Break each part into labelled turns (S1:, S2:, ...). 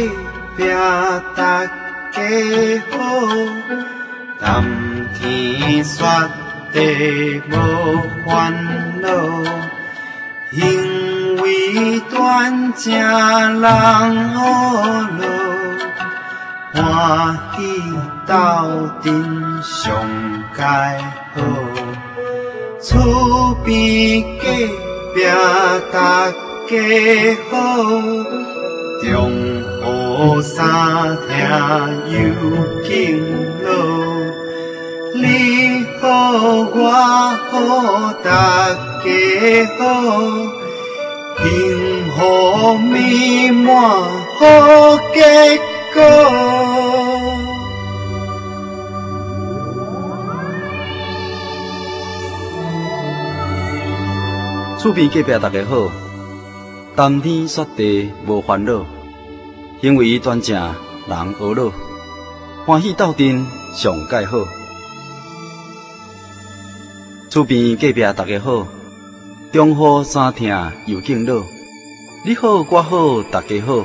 S1: 壁大家好，谈天说地无烦恼，因为团结人好乐。欢喜斗阵上佳好，厝边隔壁大家好，中雨三听又敬老，你好我好大家好。幸福美满好结果。
S2: 厝边隔壁大家好，谈天说地无烦恼，因为伊端正人和乐，欢喜斗阵上介好。厝边隔壁大家好，中好三听又敬老，你好我好大家好，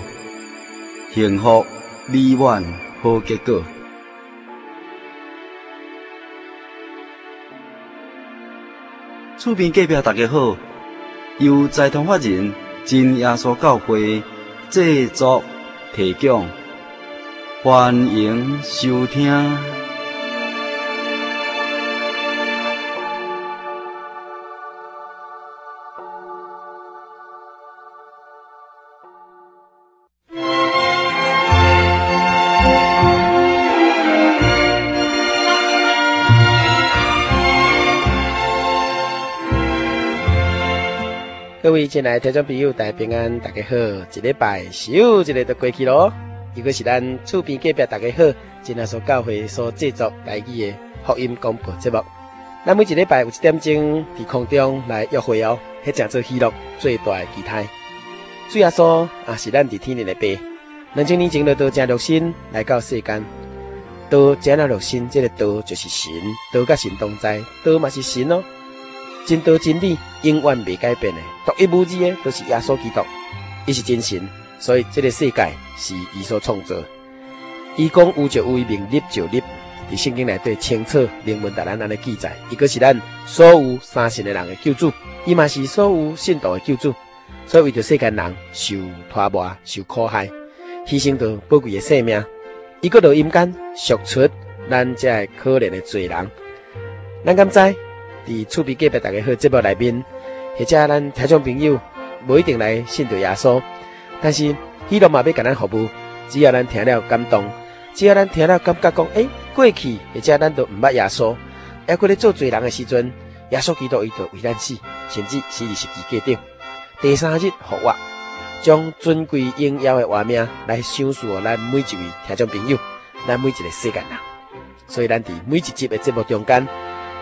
S2: 幸福美满好结果。厝边隔壁大家好，由财团法人真耶稣教会制作提供，欢迎收听。
S3: 各位亲爱的听众朋友，大家平安，大家好！一礼拜又一个都过去咯。如果是咱厝边隔壁大家好，今天所教会所制作台语的福音广播节目，咱每一礼拜有一点钟伫空中来约会哦，迄叫做喜乐最大的期待。主耶稣也是咱伫天灵的爸，两千年前就道成肉身来到世间，道成了肉身，这个道就是神，道甲神同在，道嘛是神哦。真道真理永远袂改变的，独一无二的都是耶稣基督，伊是真神，所以这个世界是伊所创造。伊讲有就有，名立就立，伫圣经内底清楚明文达咱安尼记载，伊个是咱所有三信的人的救主，伊嘛是所有信徒的救主，所以为着世间人受拖磨、受苦害，牺牲着宝贵的性命，伊个落阴间赎出咱这些可怜的罪人，咱敢知？伫厝边隔壁大家好节目内面，或者咱听众朋友无一定来信对耶稣，但是伊拢嘛要甲咱服务，只要咱听了感动，只要咱听了感觉讲，诶、过去或者咱都毋捌耶稣，抑过咧做罪人诶时阵，耶稣基督伊就为咱死，甚至死伫十字架顶。第三日复活，将尊贵荣耀诶画面来享受予咱每一位听众朋友，咱每一个世间人。所以咱伫每一集诶节目中间。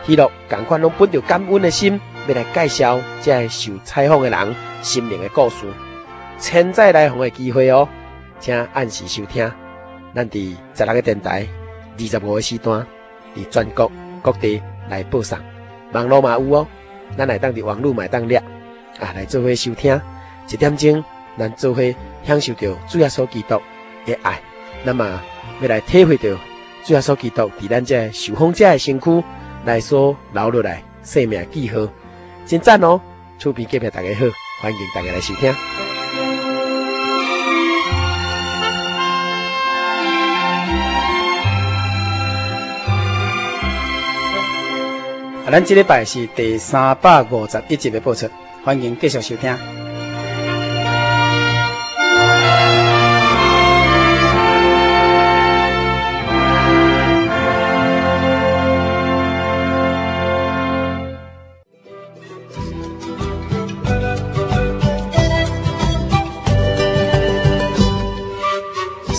S3: 希乐共款拢本着感恩的心，要来介绍这些受采访的人心灵的故事，千载难逢的机会哦，请按时收听。咱伫十六个电台、二十五个时段，伫全国各地来播送，网络嘛有哦，咱来当伫网络买当掠啊，来做伙收听，一点钟，咱做伙享受着主耶稣基督的爱，那么要来体会着主耶稣基督伫咱这受访者的身躯。来说留落来生命记号，真赞哦！厝边隔壁大家好，欢迎大家来收听。啊，咱这礼拜是第三百五十一集的播出，欢迎继续收听。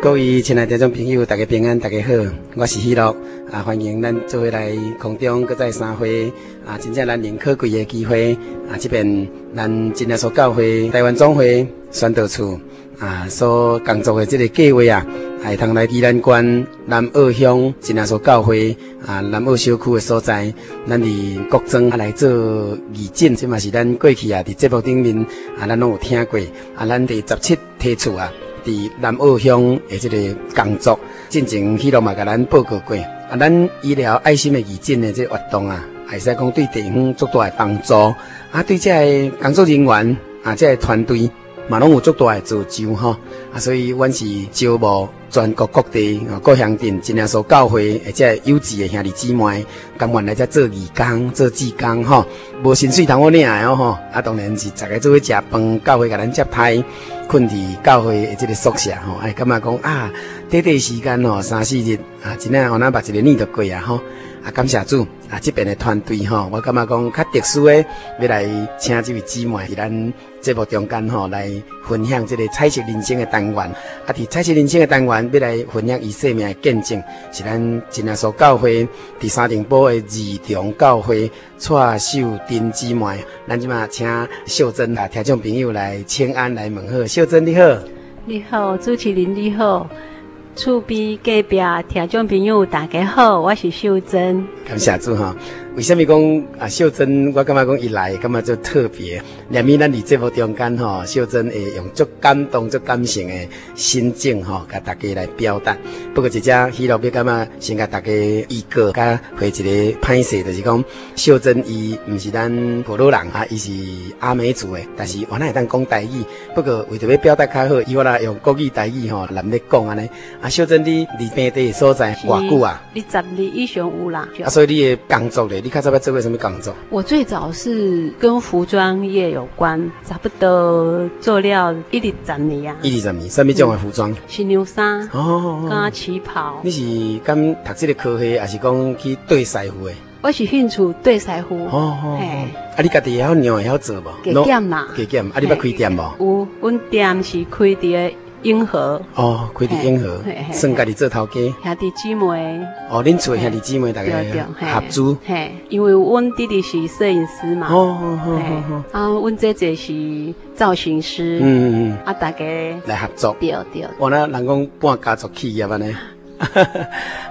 S3: 各位亲爱的听众朋友，大家平安，大家好，我是喜乐啊，欢迎咱做伙来空中搁再三会啊，真正难能可贵的机会啊，这边咱真正所教会台湾总会宣道处啊所工作的这个计划啊，也通来宜兰县南澳乡真正所教会啊南澳小区的所在，咱伫国庄啊来做义诊，这嘛是咱过去啊伫节目顶面啊咱拢有听过啊，咱第十七提出啊。伫南澳乡的即个工作，进前迄落嘛甲咱报告过。啊，咱医疗爱心的义诊的这活动啊，也使讲对地方足大的帮助。啊，对这个工作人员啊，这个团队嘛拢有足大的造就吼。啊，所以阮是招募全国各地啊各乡镇尽量所教会，而且有志的兄弟姊妹，甘愿来遮做义工、做志工吼。无薪水通我领的哦吼。啊，当然是逐个做伙食饭，教会甲咱接待。困伫教会的这个宿舍吼，哎，感觉讲啊，短短时间吼，三四日啊，真正互咱把一个年都过啊吼，啊，感谢主啊，这边的团队吼，我感觉讲较特殊的，要来请这位姊妹伫咱节目中间吼来分享这个彩色人生的单元，啊，伫彩色人生的单元要来分享伊生命的啊见证，是咱真正所教会第三零堡的儿童教会蔡秀珍姊妹，咱即嘛请秀珍啊，听众朋友来请安来问好，秀珍你好。
S4: 你好，主持人你好，厝边隔壁听众朋友大家好，我是秀珍。
S3: 感谢主哈。为什么讲啊？秀珍，我感觉讲伊来，感觉就特别。连咪咱伫节目中间吼，秀珍会用足感动、足感性的心境吼，甲大家来表达。不过一只喜乐，要感觉先甲大家预告，甲回一个歹势，就是讲秀珍伊毋是咱普鲁人啊，伊是阿美族的，但是原来会当讲台语。不过为着要表达较好，伊我来用国语台语吼，难咧讲安尼。啊，秀珍你离平地的所在偌久啊？？
S4: 你十年以上有啦。
S3: 啊，所以你的工作咧，你较早要做过什么工作？
S4: 我最早是跟服装业有关，差不多做了一直十年啊，
S3: 一二十年，什么种的服装？
S4: 新娘衫、
S3: 哦哦，
S4: 加
S3: 哦
S4: 旗袍
S3: 你。是敢读这个科系，还是讲去对师傅的？
S4: 我是兴趣对师傅，
S3: 哦哦，哦
S4: 嘿
S3: 啊，你家己会晓娘会晓做无？
S4: 给
S3: 拢
S4: 店啦。
S3: 加减，啊，你捌开店无？
S4: 有，阮店是开伫永和
S3: 哦，开伫永和
S4: 嘿嘿，嘿
S3: 算家己做头家。
S4: 兄弟姊妹。
S3: 哦，恁厝的兄弟姊妹大概
S4: 对对嘿
S3: 合租。
S4: 嘿，因为阮弟弟是摄影师嘛，
S3: 哦哦哦
S4: 嘿
S3: 哦哦，
S4: 啊，阮姐姐是造型师，
S3: 嗯嗯嗯，
S4: 啊，大家对
S3: 来合作。
S4: 对，
S3: 我那人讲半家族企业安尼。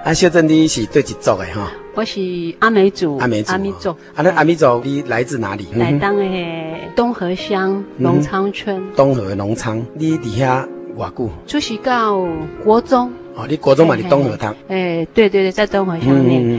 S3: 啊，小郑你是对一族的吼？
S4: 我是阿美族，
S3: 阿美族。
S4: 阿美族
S3: 哦，啊，那阿美族你来自哪里？嗯哼嗯
S4: 来当诶东河乡农仓村，
S3: 东河农场，你伫遐偌久？
S4: 出席到国中，
S3: 哦，你高中嘛伫东河读，
S4: 诶，对对对，在东河乡
S3: 嗯嗯嗯
S4: 念，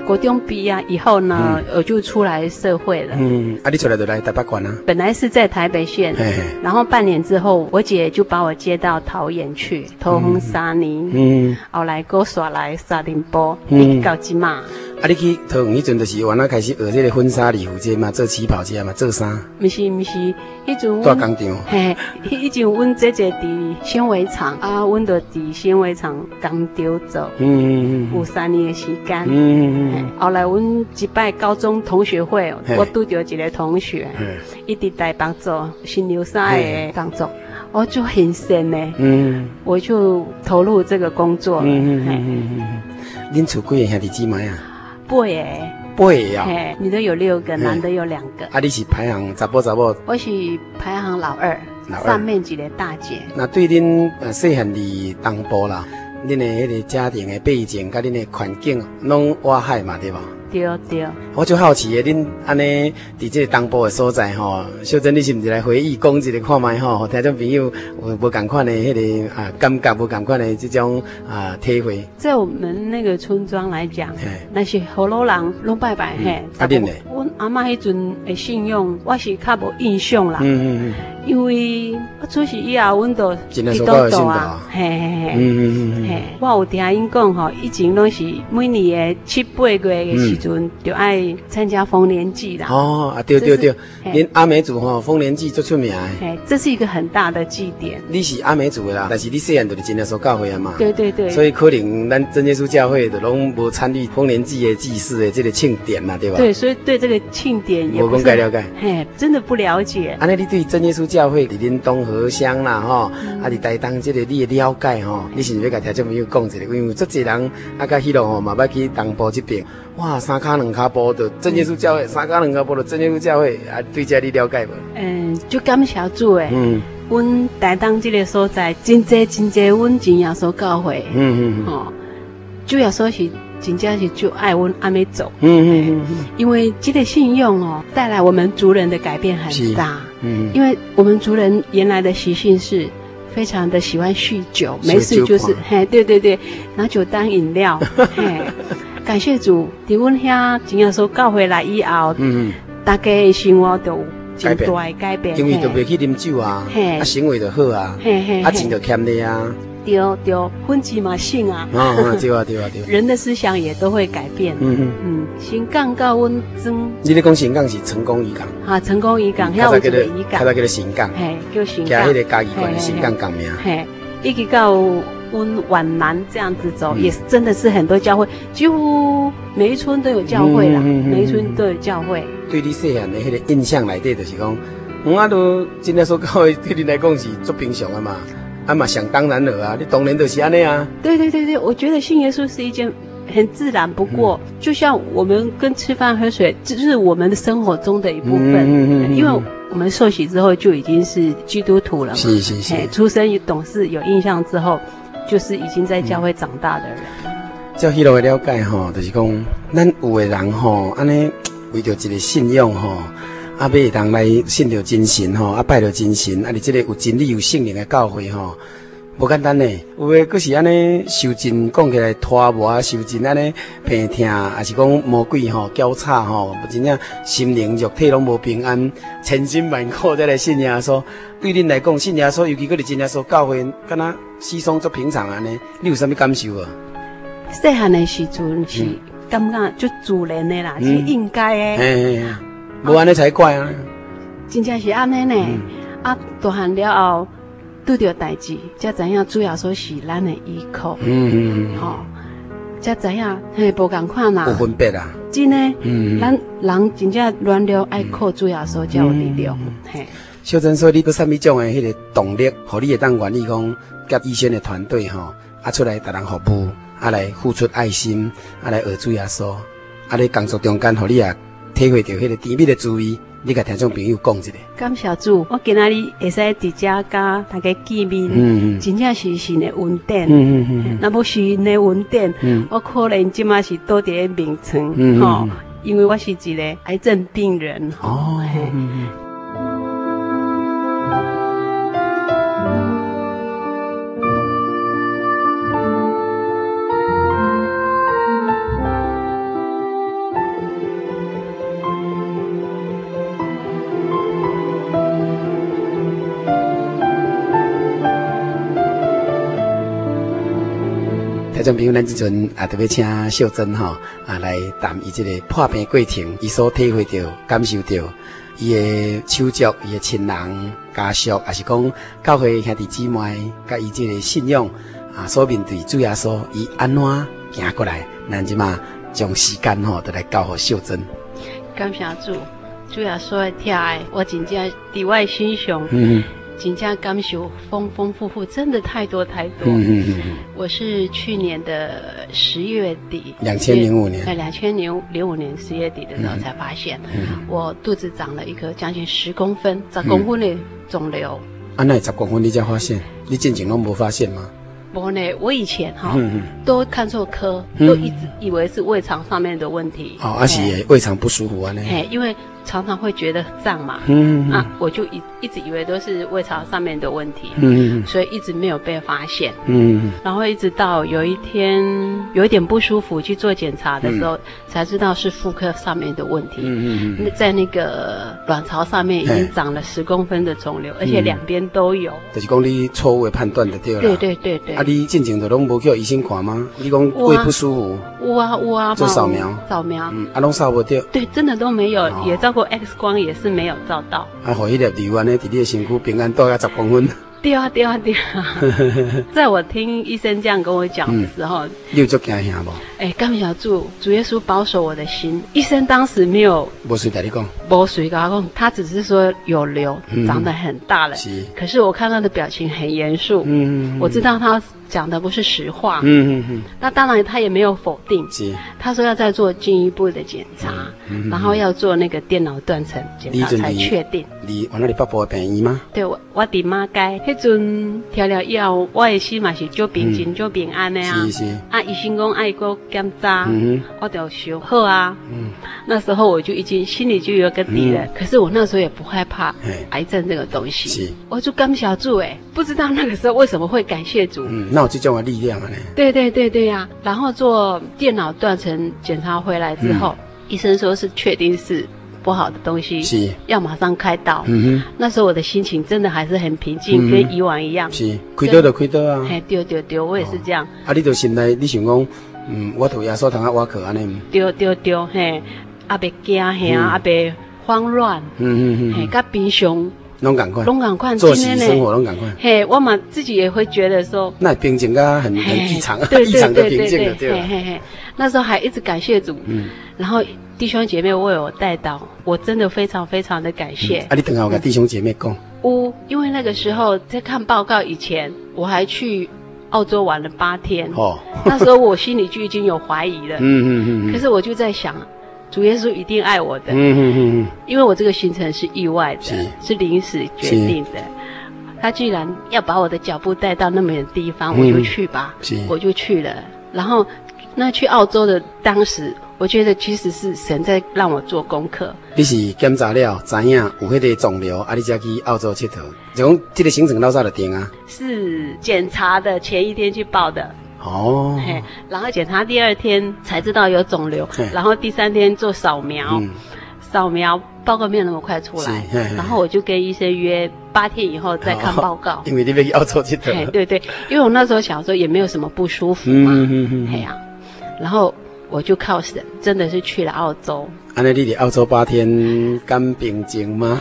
S4: 嘿，国中毕业以后呢，我就出来社会了，
S3: 嗯，啊，你出来就来台北县啊，
S4: 本来是在台北县
S3: 嘿嘿。
S4: 然后半年之后，我姐就把我接到桃园去，投红沙泥。
S3: 嗯，
S4: 后来哥耍来沙丁波，
S3: 嗯
S4: 一直到即嘛，
S3: 啊，你去桃园迄阵就是原来开始学这个婚纱礼服这嘛，做旗袍这嘛，做衫，
S4: 毋是毋是，迄阵
S3: 大
S4: 阮
S3: 工厂，
S4: 嘿，迄阵阮姐姐伫纤维厂啊，阮就伫纤维厂工丢做，
S3: 嗯嗯
S4: 有三年的时间。
S3: 嗯嗯
S4: 嘿后来阮一摆高中同学会哦
S3: 嘿，
S4: 我拄着一个同学，
S3: 嗯
S4: 伊伫台北做新牛山的工作，我就很深呢，
S3: 嗯
S4: 我就投入这个工作了。
S3: 嗯
S4: 嘿
S3: 嗯嗯，恁厝几个兄弟姊妹啊？
S4: 八个，
S3: 八个啊，
S4: 嘿，女的有六个，
S3: 嘿
S4: 男的有两个。
S3: 啊，你是排行查甫查某，
S4: 我是排行老二，
S3: 老二
S4: 上面几个大姐。
S3: 那对恁呃细汉伫东部啦，恁的迄个家庭的背景，甲恁的环境，拢挖海嘛，对吧？
S4: 对对，
S3: 我就好奇的，恁安尼伫这个东部的所在吼，秀珍，你是毋是来回忆讲一个看卖吼？听众朋友有无共款的迄、个啊感觉，无共款的这种啊体会，
S4: 在我们那个村庄来讲，
S3: 嘿，
S4: 那是hồ lô 人拢拜拜
S3: 嗯
S4: 嘿。
S3: 啊恁呢
S4: 阮阿嬷迄阵的信用，我是较无印象啦，
S3: 嗯嗯
S4: 因为我出世以后，阮都
S3: 真的是够有信道啊
S4: 嘿
S3: 嗯
S4: 嘿
S3: 嗯
S4: 嘿。
S3: 嗯
S4: 嘿
S3: 嗯，
S4: 我有听因讲吼，以前拢是每年的七八月的时阵，就爱参加丰年祭啦
S3: 嗯，。哦啊对
S4: 这
S3: 对
S4: 是
S3: 对，
S4: 嘿
S3: 恁阿美族吼丰年祭最出名的，
S4: 哎，这是一个很大的祭典。
S3: 你是阿美族的啦，但是你细汉就是真的所教会啊嘛。
S4: 对对对，
S3: 所以可能咱真耶稣教会就拢无参与丰年祭的祭祀的这个庆典啦，对吧？
S4: 对，所以对这个庆典也
S3: 无
S4: 不
S3: 讲解
S4: 是，
S3: 了解。
S4: 嘿，真的不了解。
S3: 安尼，你对真耶稣教会伫恁东河乡啦吼，啊伫台东即个你的了解吼，你是毋是要甲听众朋友讲一下？因为有足侪人啊，甲迄落吼嘛捌去东部即边，哇，三骹两骹步的真耶稣教会，三骹两骹步的真耶稣教会，啊，对这你了解无？
S4: 嗯，就感谢主诶，
S3: 嗯
S4: 阮台东这个所在真济真济，阮真耶稣教会
S3: 嗯嗯嗯
S4: 吼，主要说是真正是就爱阮安尼走，
S3: 嗯嗯
S4: 因为这个信用哦，带来我们族人的改变很
S3: 是
S4: 大。
S3: 嗯嗯，
S4: 因为我们族人原来的习性是非常的喜欢酗酒，
S3: 酗酒
S4: 没事就是
S3: 狂
S4: 嘿，对对对，拿酒当 饮料。嘿，感谢主，伫阮遐真正说教回来以后，
S3: 嗯
S4: 大家的生活都有真大的改变。
S3: 因为就袂
S4: 嘿
S3: 去啉酒啊，
S4: 嘿
S3: 啊行为就好啊，
S4: 嘿嘿，
S3: 啊
S4: 嘿
S3: 钱就欠你啊，
S4: 对对，婚期嘛性啊，
S3: 啊啊对啊对啊对啊，
S4: 人的思想也都会改变。
S3: 嗯嗯，
S4: 嗯，先讲到阮曾
S3: 你咧讲神港是成功渔港，
S4: 啊，成功渔港，遐有一个渔
S3: 嗯较
S4: 港
S3: 早，叫做神港，
S4: 嘿，叫新
S3: 加
S4: 港
S3: 迄。个嘉义县的神港港名。
S4: 嘿，一直到温皖南这样子
S3: 嗯
S4: 走，也是真的是很多教会，几乎每一村都有教会啦，
S3: 嗯嗯嗯嗯
S4: 每一村都有教会。
S3: 对你细汉的迄个印象内底，就是讲，我都真正所讲的，对你来讲是足平常的嘛，啊嘛想当然了啊，你当然就是安尼啊，
S4: 对对对对，我觉得信耶稣是一件很自然不过，
S3: 嗯
S4: 就像我们跟吃饭喝水，这就是我们的生活中的一部分。
S3: 嗯嗯嗯嗯
S4: 因为我们受洗之后就已经是基督徒了嘛，
S3: 是是是
S4: 嘿，，出生有懂事有印象之后，就是已经在教会长大的人。
S3: 嗯照迄落的了解吼，就是讲，咱有的人吼，安尼为着一个信仰吼，啊，要会当来信着真神吼，啊，拜着真神，啊，你即个有真理有圣灵的教会吼，无简单呢。有的佫是安尼受尽讲起来拖磨啊，受尽安尼病痛，啊是讲魔鬼吼、交叉吼，真正心灵肉体拢无平安，千辛万苦才来信耶稣。对恁来讲，信耶稣，尤其佫是真耶稣教会，敢若稀松足平常安尼，你有啥物感受啊无？
S4: 细汉的时阵是感觉就自然的啦，
S3: 嗯
S4: 是应该的。
S3: 嘿，无安尼才怪啊！
S4: 真正是安尼呢。
S3: 嗯
S4: 啊，大汉了后拄着代志，才知影主要说是咱的依靠，吼、
S3: 嗯，
S4: 哦才知影嘿无共款啦
S3: 有。分别啊。
S4: 真的，
S3: 嗯
S4: 咱人真正软弱爱靠主要说才有力量。
S3: 嗯
S4: 嘿，
S3: 小珍说，你有啥物种的迄个动力，互你会当愿意讲甲医生的团队吼，啊出来给人服务，啊来付出爱心，啊来学主耶稣，啊咧工作中间，互你也体会到迄个甜蜜的滋味。你甲听众朋友讲一下。
S4: 感谢主，我今仔日会使伫遮甲大家见面，
S3: 嗯嗯
S4: 真正是神的稳定。
S3: 嗯嗯
S4: 若无是神的稳定，
S3: 嗯
S4: 我可能即马是倒伫个眠床，吼、
S3: 嗯
S4: 因为我是一个癌症病人，吼、
S3: 哦
S4: 嘿
S3: 嗯听众朋友，咱即阵啊，特别请秀珍吼啊来谈伊即个破病过程，伊所体会到、感受到，伊的手足、伊的亲人、家属，也是讲教会兄弟姊妹，甲伊即个信仰啊，所面对主耶稣，伊安怎行过来，咱即嘛将时间吼，都来交互秀珍。嗯
S4: 感谢主，主要说的疼爱，我真正伫我的心上，
S3: 嗯
S4: 真正感受丰丰富富，真的太多太多。
S3: 嗯嗯嗯嗯，
S4: 我是去年的十月底，
S3: 2005年嗯
S4: 在两千零零五年十月底的时候才发现，我肚子长了一个将近十公分、十
S3: 嗯
S4: 公分的肿瘤。
S3: 安啊那十公分你才发现，你进前拢无发现吗？
S4: 我呢，我以前哈、
S3: 嗯
S4: 都看错科，都一直以为是胃肠上面的问题。
S3: 哦，啊是
S4: 哎
S3: 会胃肠不舒服安尼。
S4: 哎，因为常常会觉得胀嘛，
S3: 嗯
S4: 啊，我就一一直以为都是胃肠上面的问题，
S3: 嗯
S4: 所以一直没有被发现。
S3: 嗯
S4: 然后一直到有一天有一点不舒服去做检查的时候，才知道是妇科上面的问题。
S3: 嗯嗯，
S4: 那在那个卵巢上面已经
S3: 哎
S4: 长了十公分的肿
S3: 嗯
S4: 瘤，而且两边都有。
S3: 就是讲你错误的判断就对了。
S4: 对对对对，
S3: 啊，你进前都拢无叫医生看吗？你讲
S4: 有啊
S3: 胃不舒服，
S4: 有啊有啊，
S3: 做
S4: 嘛
S3: 扫描
S4: 有扫描，
S3: 嗯，啊，拢扫无着，
S4: 对，真的都没有，
S3: 哦
S4: 也照过 X 光也是没有照到。
S3: 啊，互迄粒瘤安尼伫你的身躯平安带到十公分，
S4: 对啊，对啊，对啊。在我听医生这样跟我讲的时候，
S3: 你有做惊吓无？
S4: 哎、感谢主，主耶稣保守我的心。医生当时没有
S3: 无随甲你讲，
S4: 摸水跟他讲，他只是说有瘤，长得很大了。
S3: 嗯是
S4: 可是我看他的表情很严肃，
S3: 嗯
S4: 我知道他讲的不是实话。
S3: 嗯嗯嗯，
S4: 那当然他也没有否定，
S3: 是，嗯
S4: 他说要再做进一步的检查，然后要做那个电脑断层检
S3: 你
S4: 查
S3: 阵
S4: 才
S3: 伫
S4: 确定。
S3: 你原来你北部的病院吗？
S4: 对，我我伫妈街，迄阵调了以后，我的心嘛是足平静、足、平安的啊
S3: 嗯是。是，
S4: 啊，医生讲爱过检查，
S3: 嗯
S4: 我就想好啊。
S3: 嗯，
S4: 那时候我就已经心里就有个底了，可是我那时候也不害怕
S3: 嘿
S4: 癌症这个东西
S3: 是，
S4: 我就感谢主哎，不知道那个时候为什么会感谢主。
S3: 嗯，那有这种的力量啊呢？
S4: 对对对对呀、然后做电脑断层检查回来之
S3: 嗯
S4: 后，医生说是确定是不好的东西，
S3: 是，
S4: 要马上开刀。
S3: 嗯哼，
S4: 那时候我的心情真的还是很平静，
S3: 嗯
S4: 跟以往一样。
S3: 是，开刀就开刀啊，
S4: 哎，丢丢丢，我也是这样，
S3: 啊，你就心内你想讲，嗯，我头耶稣通啊，我去安尼，
S4: 丢丢丢，嘿，阿别惊嘿，
S3: 嗯
S4: 阿别慌乱，
S3: 嗯嗯
S4: 嘿，
S3: 嗯，
S4: 甲平常
S3: 拢赶快，
S4: 拢赶快
S3: 作息生活
S4: 呢。
S3: 拢赶快，
S4: 嘿，我嘛自己也会觉得说，
S3: 那平静啊，很很
S4: 嘿
S3: 异常，
S4: 对
S3: 异
S4: 对
S3: 常的
S4: 对
S3: 平静的
S4: 对
S3: 对
S4: 对，嘿
S3: 吧。
S4: 嘿嘿，那时候还一直感谢主，
S3: 嗯，
S4: 然后弟兄姐妹为我带到，我真的非常非常的感谢。
S3: 啊，你等下我跟弟兄姐妹讲，
S4: 呜、因为那个时候在看报告以前，我还去澳洲玩了八天，
S3: 哦，
S4: 那时候我心里就已经有怀疑了。
S3: 嗯嗯嗯
S4: 可是我就在想，主耶稣一定爱我的，
S3: 嗯嗯嗯嗯，
S4: 因为我这个行程是意外的，
S3: 是
S4: 是临时决定的。他居然要把我的脚步带到那么远的地方，
S3: 嗯
S4: 我就去吧
S3: 是，
S4: 我就去了。然后，那去澳洲的当时，我觉得其实是神在让我做功课。
S3: 你是检查了，知影有迄个肿瘤，啊，你才去澳洲佚佗，就讲这个行程老早就定啊，
S4: 是检查的前一天去报的，
S3: 哦，
S4: 嘿，然后检查第二天才知道有肿瘤
S3: 嘿，
S4: 然后第三天做扫描
S3: 嗯，
S4: 扫描报告没有那么快出来
S3: 是嘿嘿，哦
S4: 然后我就跟医生约八天以后再看报告。
S3: 因为你要去澳洲 佚
S4: 嘿，
S3: 佗，
S4: 对对，因为我那时候想说也没有什么不舒服嘛，
S3: 嗯嗯嗯
S4: 嘿呀，然后我就靠神，真的是去了澳洲。
S3: 嗯，安尼你伫澳洲八天，敢平静吗？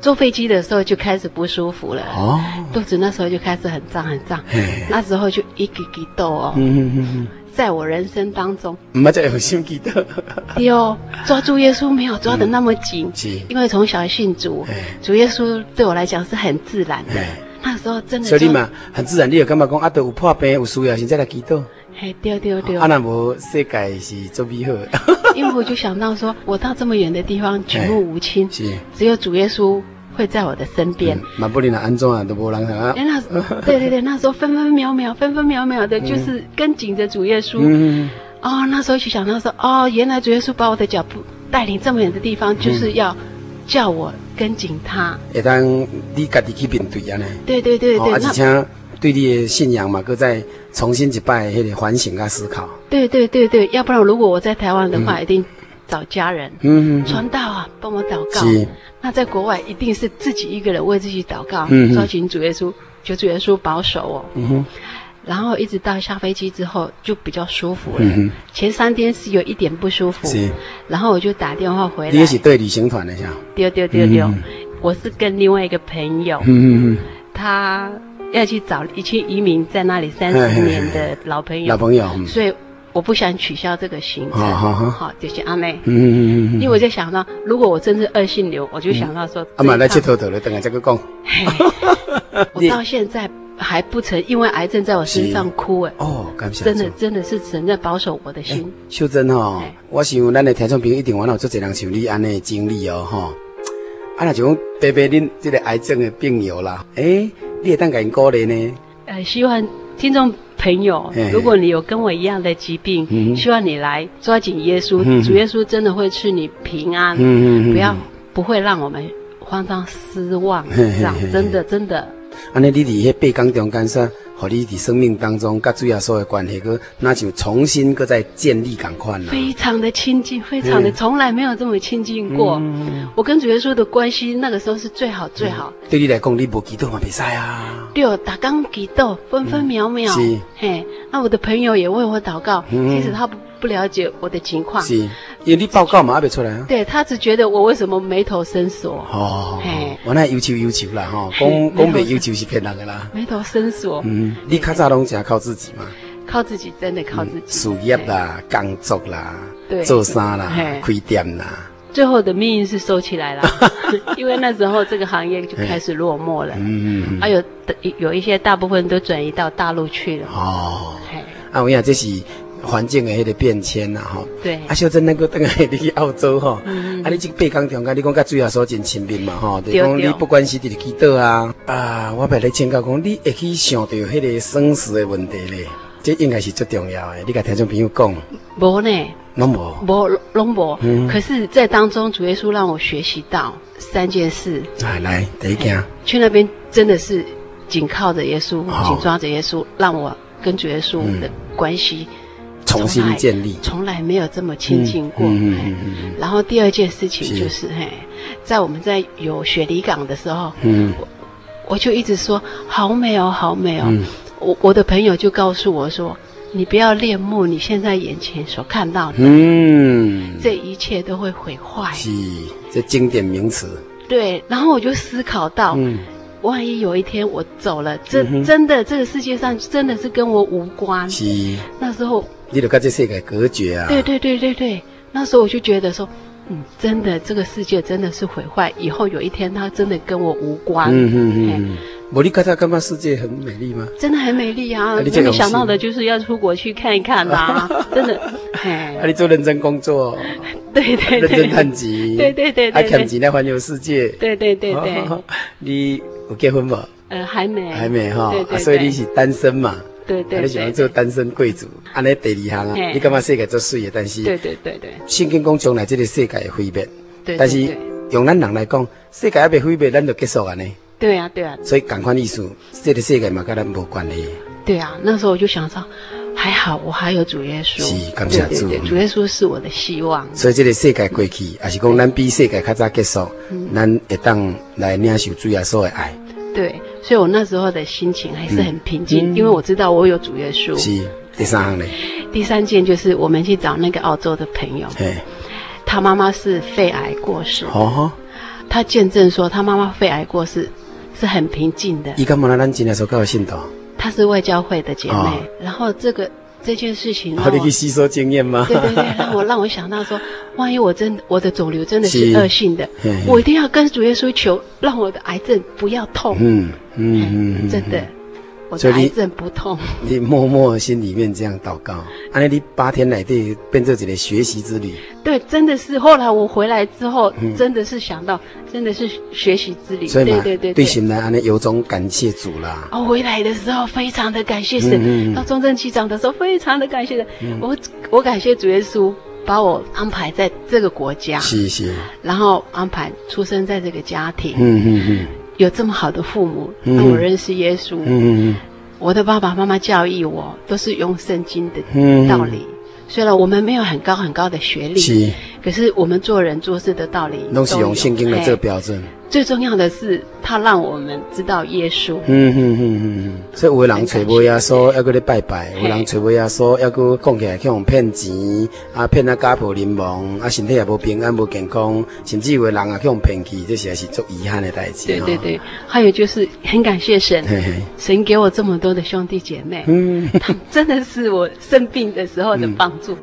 S4: 坐飞机的时候就开始不舒服了，
S3: 哦，
S4: 肚子那时候就开始很胀很胀，
S3: 嘿，
S4: 那时候就一滴滴痘哦，
S3: 嗯嗯嗯
S4: 在我人生当中。
S3: 嗯，毋捌再有心记得，
S4: 对哦，抓住耶稣没有抓得那么紧，
S3: 是
S4: 因为从小信主
S3: 哎，
S4: 主耶稣对我来讲是很自然的
S3: 哎。
S4: 那时候真的
S3: 所
S4: 就，
S3: 以你嘛，很自然，你就感觉讲啊，都有破病，有需要，先再来祈祷。
S4: 哎，对对对
S3: 啊，，那无世界是做美好的，
S4: 因为我就想到说，我到这么远的地方，举目无亲，
S3: 哎是，
S4: 只有主耶稣会在我的身边
S3: 嗯。，嘛不然安怎啊，都无人通啊
S4: 哎，。那时对对对，那时候分分秒秒、分分秒秒的，就是跟紧着主耶稣。
S3: 嗯，
S4: 哦，那时候就想到说，哦，原来主耶稣把我的脚步带领这么远的地方，
S3: 嗯
S4: 就是要叫我跟紧他。
S3: 会当你家己去面对安尼。
S4: 对对对
S3: 哦
S4: 对，
S3: 啊，
S4: 那
S3: 而且对你的信仰嘛，搁再重新一摆迄个反省甲思考。
S4: 对对对对，要不然如果我在台湾的话，一定找家人。
S3: 嗯，
S4: 传道啊，帮我祷告
S3: 是。
S4: 那在国外一定是自己一个人为自己祷告，
S3: 嗯嗯
S4: 抓紧主耶稣，求主耶稣保守我。
S3: 嗯哼，
S4: 然后一直到下飞机之后就比较舒服了。
S3: 嗯
S4: 前三天是有一点不舒服，
S3: 是。
S4: 然后我就打电话回
S3: 你也
S4: 来，
S3: 是对旅行团的啥？
S4: 丢丢丢丢
S3: 嗯，
S4: 我是跟另外一个朋友，
S3: 嗯嗯
S4: 他要去找一些移民在那里三十年的老朋
S3: 嗯，
S4: 友
S3: 老，朋友。啊嗯
S4: 所以我不想取消这个行程。
S3: 好好好
S4: 好，就是阿妹。
S3: 嗯嗯嗯嗯
S4: 因为我就想到，如果我真是恶性瘤，我就想到说，
S3: 啊嘛，来佚佗佗咧，等下再去讲。
S4: 我到现在还不曾因为癌症在我身上哭哎，
S3: 哦，感谢主。
S4: 真的真的是神在保守我的心。
S3: 秀珍吼、
S4: 嘿
S3: 我想咱的听众朋友一定有有足侪人像你安尼的经历哦吼。啊，若像白白恁这个癌症的病友啦，诶、你会当甲因鼓励呢？
S4: 呃，希望听众朋友
S3: 嘿嘿，
S4: 如果你有跟我一样的疾病，
S3: 哎嗯
S4: 希望你来抓紧耶稣，
S3: 嗯
S4: 主耶稣真的会赐你平安，
S3: 嗯
S4: 不要不会让我们慌张失望，
S3: 嘿嘿
S4: 这样
S3: 嘿嘿
S4: 真的真的。
S3: 安尼你伫迄八天中间说，互你伫生命当中甲主耶稣的关系，佮那就重新佮再建立共款啦。
S4: 非常的亲近，非常的
S3: 嗯
S4: 从来没有这么亲近过。我跟主耶稣的关系那个时候是最好最好，
S3: 对你来讲，你无祈祷嘛袂使啊。
S4: 对，哦打刚祈祷，分分秒
S3: 嗯
S4: 秒，
S3: 是
S4: 嘿，那我的朋友也为我祷告，
S3: 嗯
S4: 其实他不不了解我的情况，
S3: 是，因为你报告嘛还没出来啊。
S4: 对他只觉得我为什么眉头深锁，
S3: 哦
S4: 嘿，
S3: 我那要求要求啦吼，讲
S4: 嘿
S3: 讲袂要求是骗人的啦。
S4: 眉头深锁，
S3: 嗯，你较早拢真靠自己嘛，
S4: 靠自己，真的靠自己。
S3: 事嗯业啦、工作啦
S4: 对、
S3: 做衫啦
S4: 嘿、
S3: 开店啦，
S4: 最后的命运是收起 来了，因为那时候这个行业就开始落寞了，
S3: 嗯，
S4: 还有有一些大部分都转移到大陆去了。
S3: 哦，
S4: 嘿，
S3: 啊，有影这是环境的迄个变迁啦吼。
S4: 对
S3: 啊，小珍，咱个等下你去澳洲吼，啊，你这个八工中间，你讲甲水后所真亲密嘛吼，就是讲
S4: 嗯对对
S3: 你不管是伫咧祈祷啊，啊，我白来请教讲，你会去想到迄个生死的问题咧，这应该是最重要的。你甲听众朋友讲，
S4: 无呢，
S3: 拢无，
S4: 无龙博，
S3: 嗯
S4: 可是，在当中主耶稣让我学习到三件事，
S3: 来哎来，第一件，
S4: 去那边真的是紧靠着耶稣，
S3: 好
S4: 紧抓着耶稣，让我跟主耶稣的关系
S3: 嗯重新建立
S4: 从来没有这么亲近过。
S3: 嗯嗯
S4: 嘿
S3: 嗯嗯嗯
S4: 然后第二件事情
S3: 是
S4: 就是，嘿，在我们在有雪梨港的时候，
S3: 嗯
S4: 我就一直说好美哦，好美哦。
S3: 嗯
S4: 我我的朋友就告诉我说，你不要恋慕你现在眼前所看到的，
S3: 嗯，
S4: 这一切都会毁坏。
S3: 是这经典名词，
S4: 对，然后我就思考到，
S3: 嗯
S4: 万一有一天我走了，这、
S3: 嗯哼
S4: 真的这个世界上真的是跟我无关。
S3: 是，
S4: 那时候，
S3: 你就甲这世界隔绝啊，
S4: 对对对对对，那时候我就觉得说，嗯，真的这个世界真的是毁坏，以后有一天它真的跟我无关。
S3: 嗯嗯
S4: 嘿
S3: 嗯嗯，无你刚才感觉世界很美丽吗？
S4: 真的很美丽啊！
S3: 啊你
S4: 没
S3: 这
S4: 有
S3: 种
S4: 想
S3: 事
S4: 到的就是要出国去看一看 啦、真的，
S3: 啊，
S4: 嘿，
S3: 你做认真工作，
S4: 对对
S3: 认真
S4: 对，
S3: 探钱，
S4: 对对对对
S3: 啊，
S4: 对
S3: 探钱来环游世界，
S4: 对对对对，
S3: 你有结婚无？
S4: 呃，还没，
S3: 哦还没哈
S4: 对，对
S3: 啊，所以你
S4: 对
S3: 是单身嘛？
S4: 对
S3: 啊
S4: 对
S3: 你喜欢
S4: 对，
S3: 做单身贵族，安尼第二项啊，
S4: 嘿
S3: 你感觉世界做水的，但
S4: 对
S3: 是
S4: 对对对
S3: 圣经讲将来这个世界会毁灭，
S4: 对，
S3: 但是
S4: 对
S3: 用咱人来讲，世界还未毁灭，咱就结束安尼，
S4: 对啊对啊
S3: 所以共款意思，这个世界嘛，跟咱无关系。
S4: 对啊，那时候我就想到，还好我还有主耶稣，
S3: 是感谢
S4: 对对
S3: 主
S4: 对，主耶稣是我的希望，
S3: 所以这个世界过去，也是讲咱比世界较早结束，
S4: 嗯
S3: 咱会当来领受主耶稣的爱，
S4: 对，所以我那时候的心情还是很平静，
S3: 嗯
S4: 因为我知道我有主耶稣。
S3: 是第三项咧，
S4: 第三件就是我们去找那个澳洲的朋友，
S3: 嘿，
S4: 他妈妈是肺癌过世，
S3: 好吼。
S4: 他见证说他妈妈肺癌过世是很平静的，
S3: 伊敢无咱咱真耶稣教的信徒，
S4: 她是外交会的姐妹，
S3: 哦
S4: 然后这个这件事情让
S3: 好，
S4: 我
S3: 哦你去吸收经验吗？
S4: 对对对，让我让我想到说，万一我真我的肿瘤真的是
S3: 是
S4: 恶性的
S3: 嘿嘿，
S4: 我一定要跟主耶稣求，让我的癌症不要痛。 哎
S3: 嗯嗯嗯，嗯
S4: 真的，我
S3: 所
S4: 的
S3: 以你
S4: 癌症不痛。
S3: 你默默心里面这样祷告，安尼你八天内底变做一个学习之旅，
S4: 对，真的是后来我回来之后，真的是想到，真的是学习之旅。
S3: 嗯所
S4: 对
S3: 以嘛，
S4: 对对
S3: 对心内安尼有种感谢主啦。
S4: 哦，回来的时候非常的感谢神，
S3: 嗯嗯嗯嗯
S4: 到中正机长的时候非常的感谢神，我我感谢主耶稣把我安排在这个国家，
S3: 是是，
S4: 然后安排出生在这个家庭，
S3: 嗯嗯嗯
S4: 有这么好的父母，
S3: 嗯
S4: 让我认识耶稣。
S3: 嗯嗯
S4: 我的爸爸妈妈教育我都是用圣经
S3: 嗯
S4: 的道理，虽然我们没有很高很高的学
S3: 嗯，
S4: 历，
S3: 是，
S4: 可是我们做人做事的道理
S3: 拢是
S4: 都有
S3: 用圣经来做
S4: 嘿
S3: 标准。
S4: 最重要的是，他让我们知道耶稣。
S3: 嗯嗯嗯嗯嗯，所以有的人找无耶稣，要搁咧拜拜；有的人找无耶稣，要搁讲起来去用骗钱，啊骗啊家破人亡，啊身体也无平安无健康，甚至有的人啊去用骗去，这实在是足遗憾的代志。
S4: 对对
S3: 哦，
S4: 对，还有就是很感谢神，
S3: 嘿嘿，
S4: 神给我这么多的兄弟姐妹，
S3: 嗯，
S4: 他们真的是我生病的时候的帮助。
S3: 嗯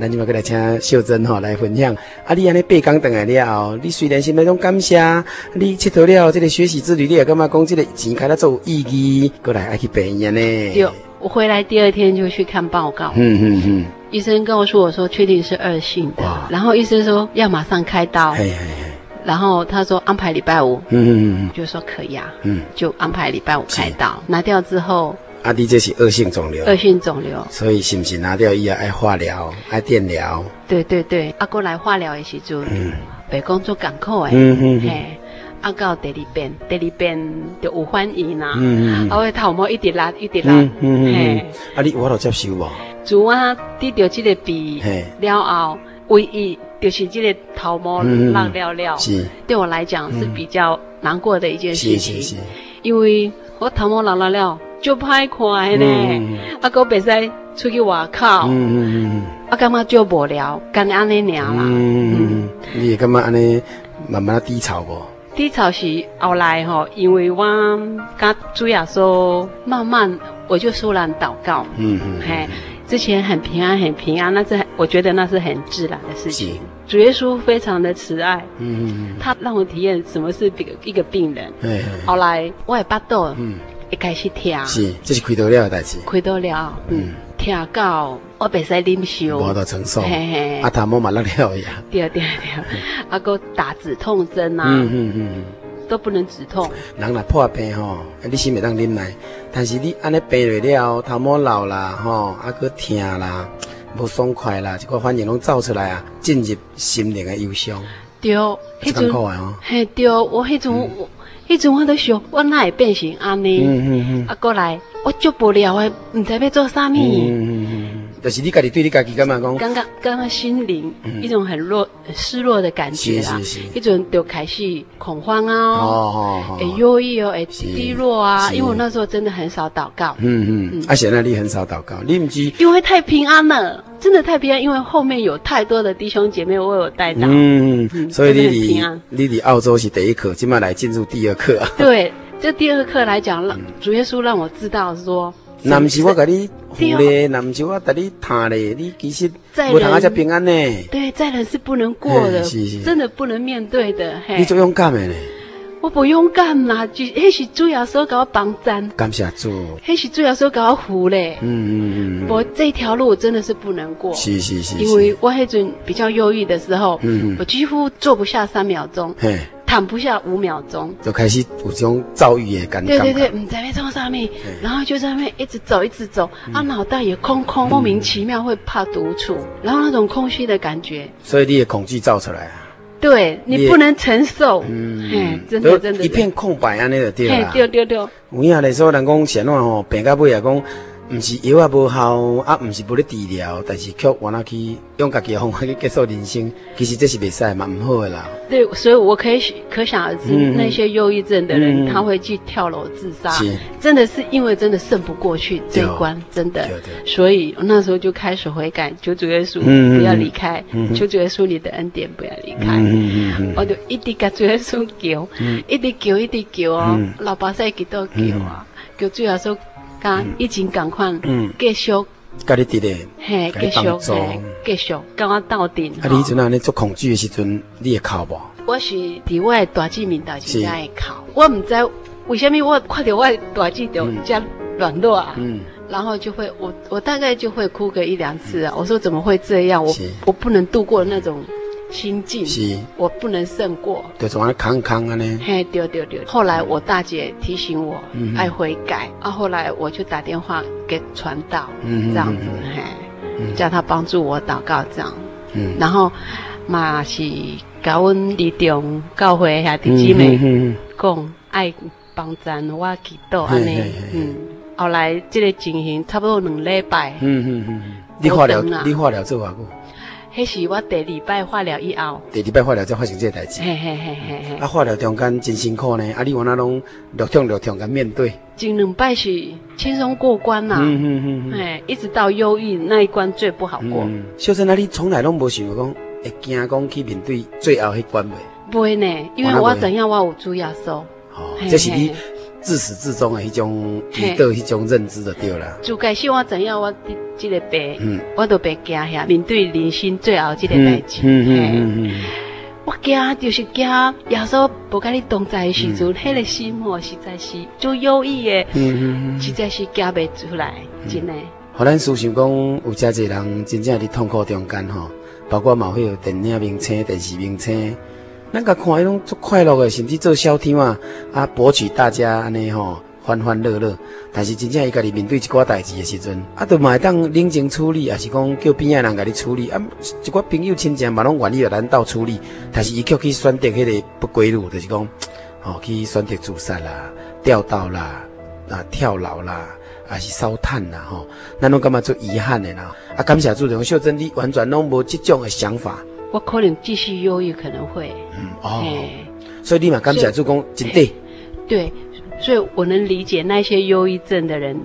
S3: 咱今麦过来请秀珍吼、来分享。啊，你安尼八工等来了后，你虽然心内种感谢，你佚佗了这个学习之旅，你也感觉讲这个钱开得做有意义，过来爱去病院呢。
S4: 有，我回来第二天就去看报告，
S3: 嗯嗯嗯，
S4: 医生告诉我说确定是恶性的
S3: 哇，
S4: 然后医生说要马上开刀，
S3: 嘿嘿嘿，
S4: 然后他说安排礼拜五，
S3: 嗯嗯嗯
S4: 我就说可以啊，
S3: 嗯，
S4: 就安排礼拜五开刀，拿掉之后
S3: 啊，你这是恶性肿瘤。
S4: 恶性肿瘤，
S3: 所以是不是拿掉以后爱化疗、爱电疗？
S4: 哎对对对，啊，过来化疗的时阵，白工作港口诶，
S3: 嗯嗯嗯嗯
S4: 嘿，啊到第二遍，第二遍就有反应啦。
S3: 嗯嗯
S4: 啊，我的头毛一直拉，一直拉
S3: 嗯，嗯嗯
S4: 嘿，，
S3: 啊，你我都接受无？
S4: 主啊，滴到这个鼻
S3: 嘿
S4: 了后，唯一就是这个头毛
S3: 嗯嗯嗯
S4: 浪了了，
S3: 是
S4: 对我来讲是比较难过的一件
S3: 嗯
S4: 事
S3: 是是是
S4: 情，，因为我头毛浪了了，就歹看的
S3: 嗯
S4: 呢，啊，搁袂使出去外口，啊，
S3: 嗯嗯
S4: 感觉就无聊，干安尼尔
S3: 嗯
S4: 啦。
S3: 嗯，你会感觉安尼慢慢低潮无？
S4: 低潮是后来吼，因为我跟主耶稣慢慢我就舒然祷告，
S3: 嗯嗯，
S4: 嘿，之前很平安很平安，那是很我觉得那是很自然的事
S3: 是
S4: 情。，主耶稣非常的慈爱，
S3: 嗯嗯
S4: 他让我体验什么是一个一个病人。
S3: 嗯，哎，
S4: 后来我的巴肚
S3: 嗯，
S4: 会开始疼，
S3: 是，这是开头了的代志，
S4: 开刀了，
S3: 嗯
S4: 嗯，疼到我袂使啉烧，
S3: 我都承受，
S4: 哦嘿嘿
S3: 啊，，头毛嘛落了呀，
S4: 对对对，啊，搁打止痛针啊
S3: 嗯，嗯嗯。
S4: 都不能止痛，
S3: 人若破病吼，你先袂当忍耐，但是你安尼病落了，头毛老啦吼，啊佫疼啦，无爽快啦，即个反应拢走出来啊，进入心灵的忧伤，
S4: 对，
S3: 这
S4: 迄
S3: 艰
S4: 阵
S3: 苦的哦吼。
S4: 嘿，对，我迄阵我迄阵我都想，我哪会变成安尼？
S3: 嗯嗯嗯
S4: 啊，过来，我足无聊的，毋知要做啥物，
S3: 嗯嗯嗯，就是你家己对你家己感觉讲，
S4: 刚刚刚刚心灵一种很弱、很失落的感觉啦
S3: 嗯是是是，
S4: 一种就开始恐慌
S3: 哦
S4: 啊，
S3: 哦哦
S4: 哎，，忧郁哦，哎，
S3: 是
S4: 低落啊，
S3: 是
S4: 因为我那时候真的很少祷告，
S3: 嗯嗯，啊，现在你很少祷告，你毋是，
S4: 因为太平安了，真的太平安，因为后面有太多的弟兄姐妹为我带到，
S3: 嗯，所以你离你离澳洲是第一课，即马来进入第二课啊。
S4: 对，这第二课来讲，让主耶稣让我知道说，
S3: 嗯那毋是我甲 你扶咧，那毋是我甲你谈咧，你其实
S4: 哦在
S3: 无通啊，
S4: 人
S3: 遮平安呢。
S4: 对，在人是不能过的
S3: 嘿嗯是是，
S4: 真的不能面对的，
S3: 你
S4: 嘿，
S3: 做勇敢的呢，
S4: 我不勇敢啦，就迄是主耶稣给我帮赞，
S3: 感谢主。
S4: 迄是主耶稣给我扶嘞。
S3: 嗯嗯嗯嗯，
S4: 我这条路真的是不能过，
S3: 是是是，
S4: 因为我那阵比较忧郁的时候，
S3: 嗯
S4: 我几乎坐不下三秒钟，
S3: 嘿，
S4: 躺不下五秒钟。
S3: 就开始有种躁郁的感
S4: 对
S3: 觉。
S4: 对对，你在那冲上面，然后就在那边一直走，一直走，
S3: 嗯
S4: 啊，脑袋也空空，莫名其妙会怕独处，然后那种空虚的感觉，
S3: 所以你的恐惧造出来啊。
S4: 对你
S3: 也
S4: 不能承受，嘿
S3: 嗯，
S4: 真的
S3: 就
S4: 真的，
S3: 一片空白安尼就对
S4: 嘿
S3: 啦，。
S4: 对对对，
S3: 有影咧，所以人讲先吼，病到尾啊讲，毋是药啊无效，啊毋是无咧治疗，但是却原来去用家己的方法去结束人生，其实这是袂使嘛，毋好的啦。
S4: 对，所以我可以可想而知，
S3: 嗯
S4: 那些忧郁症的人，
S3: 嗯
S4: 他会去跳楼自杀
S3: 是，
S4: 真的是因为真的胜不过去这一关，真的
S3: 对。对
S4: 所以我那时候就开始悔改，求主耶稣
S3: 嗯嗯嗯
S4: 不要离开
S3: 嗯嗯，
S4: 求主耶稣你的恩典不要离开。
S3: 嗯嗯嗯嗯
S4: 我就一直甲主耶稣求，一直求，一直求哦
S3: 嗯，
S4: 老爸在祈祷求啊，求主耶稣甲疫情赶快
S3: 嗯
S4: 继续，
S3: 家己治咧。
S4: 嘿，
S3: 给
S4: 继
S3: 你
S4: 续，
S3: 帮助
S4: 嘿，继续，跟我斗阵。
S3: 嗯啊，你
S4: 吼
S3: 迄阵安尼做恐惧的时阵，你会哭无？
S4: 我是伫我的大姐面头前才会哭，我唔知为什么我看到我的大姐就这样软弱啊，
S3: 嗯，
S4: 然后就会我我大概就会哭个一两次啊。我说怎么会这样？我
S3: 是
S4: 我不能度过那种心境，
S3: 是，
S4: 我不能胜过。
S3: 就是安尼空空安尼。
S4: 嘿，对对对。后来我大姐提醒我
S3: 嗯
S4: 爱悔改，啊，后来我就打电话给传道，
S3: 嗯
S4: 这样子
S3: 嗯
S4: 嘿，叫他帮助我祷告这样。
S3: 嗯，
S4: 然后嘛是甲阮二中教会遐弟姊妹
S3: 嗯
S4: 讲爱帮咱我祈祷安尼
S3: 嘿嘿嘿，
S4: 嗯，后来这个情形差不多两礼拜，
S3: 嗯嗯嗯，你化疗，你化疗做偌久？
S4: 迄是我第二摆化疗以后，
S3: 第二摆化疗才发生这代志。
S4: 嘿嘿嘿嘿嘿
S3: 啊，，化疗中间真辛苦呢，啊，你原来拢六痛六痛甲面对。
S4: 前两摆是轻松过关啦，
S3: 嗯
S4: 哎，一直到忧郁那一关最不好过，
S3: 小珍啊，你从来拢无想过讲会惊讲去面对最后迄关袂？
S4: 不会呢，因为
S3: 哦那
S4: 我
S3: 袂
S4: 怎样我有主要收，
S3: 哦
S4: 嘿，
S3: 这是你
S4: 嘿
S3: 自始至终的迄种祈祷、迄种认知就对啦。
S4: 就开始我怎样我这这个病，
S3: 嗯
S4: 我都别惊遐，面对人生最后这个代
S3: 嗯
S4: 志，
S3: 嗯
S4: 嘿
S3: 嗯嗯
S4: 我惊就是惊耶稣无甲你同在的时阵，
S3: 嗯
S4: 迄、个心吼实在是就忧郁的，
S3: 嗯嗯。嗯
S4: 实在是惊袂出来，真的。
S3: 互咱思想讲，有遮侪人真正伫痛苦中间吼，包括嘛会有电影明星、电视明星，咱甲看迄种足快乐的，甚至做消天嘛，啊，博取大家安尼吼欢欢乐乐。但是真正伊家己面对一寡代志的时阵，啊，都嘛会当冷静处理，也是讲叫边仔人甲你处理，啊，一寡朋友亲情嘛拢愿意来咱斗处理，但是伊却去选择迄个不归路，就是讲。吼、去选择自杀啦、吊刀啦、啊跳楼啦，啊是烧炭啦吼，咱拢感觉做遗憾的啦。啊，感谢主荣秀珍，你完全拢无即种的想法，
S4: 我可能继续忧郁，可能会，
S3: 嗯哦，
S4: 哎
S3: 所以你嘛感谢主讲真对，
S4: 对，所以我能理解那些忧郁症的人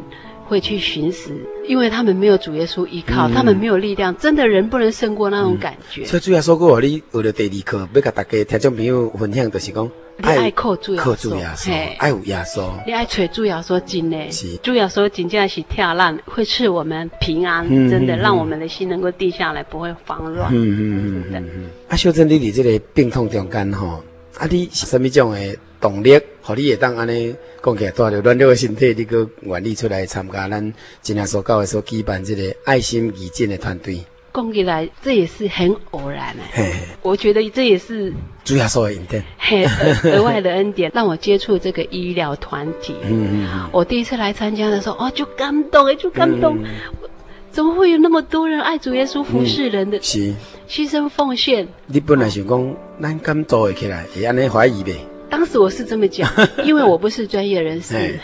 S4: 会去寻死，因为他们没有主耶稣依
S3: 嗯
S4: 靠，他们没有力量，真的人不能胜过那种感觉。
S3: 所以主要说过，你有了第二课，要甲大家听众朋友分享，就是讲
S4: 你爱靠主耶稣
S3: 靠主耶稣
S4: 嘿，
S3: 爱有耶稣，
S4: 你爱垂主要说经呢
S3: 是，
S4: 主要说经这样是跳浪，会赐我们平安，
S3: 嗯
S4: 真的
S3: 嗯
S4: 让我们的心能够定下来，不会慌乱。
S3: 嗯嗯嗯嗯
S4: 真的
S3: 嗯嗯。啊，秀珍，你伫这个病痛中间吼，啊，你是什么种的动力，互你会当安尼讲起来，带着软弱的身体，你个愿意出来参加咱今天所教的所举办这个爱心义诊的团队？
S4: 供起来，这也是很偶然的、
S3: 嘿，
S4: 我觉得这也是
S3: 主要说的引点，
S4: 嘿 额额外的恩典，让我接触这个医疗团体。
S3: 嗯嗯嗯，
S4: 我第一次来参加的时候，哦，就感动哎，就感动。我怎么会有那么多人爱主耶稣服侍人的
S3: 是。
S4: 牺牲奉献？
S3: 你本来想讲，咱敢做会起来，会安尼怀疑呗？
S4: 当时我是这 么讲，因为我不是专业人
S3: 嘿
S4: 士。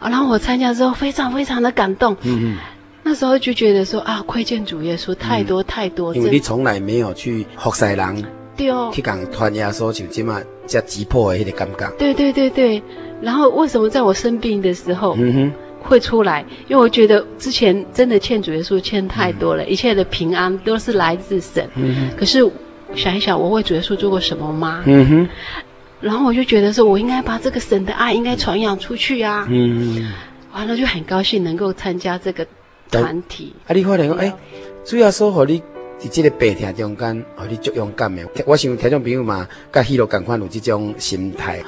S4: 啊，然后我参加之后非常非常的感动，
S3: 嗯
S4: 那时候就觉得说啊，亏欠主耶稣太多太多，
S3: 嗯，因为
S4: 真
S3: 你从来没有去服侍人，
S4: 对哦
S3: 去，共传耶稣，像即马遮急迫的迄个感觉。
S4: 对对对对。然后为什么在我生病的时候
S3: 嗯哼，
S4: 会出来？因为我觉得之前真的欠主耶稣欠太多了，一切的平安都是来自神。
S3: 嗯
S4: 可是想一想，我为主耶稣做过什么吗？
S3: 嗯哼，
S4: 然后我就觉得说，我应该把这个神的爱应该传扬出去啊。
S3: 嗯。
S4: 完了就很高兴能够参加这个团体。
S3: 啊，你发现讲，诶、主要说，互你伫即个白天中间，互你足勇敢的。我想听众朋友嘛，甲迄落共款有即种心态。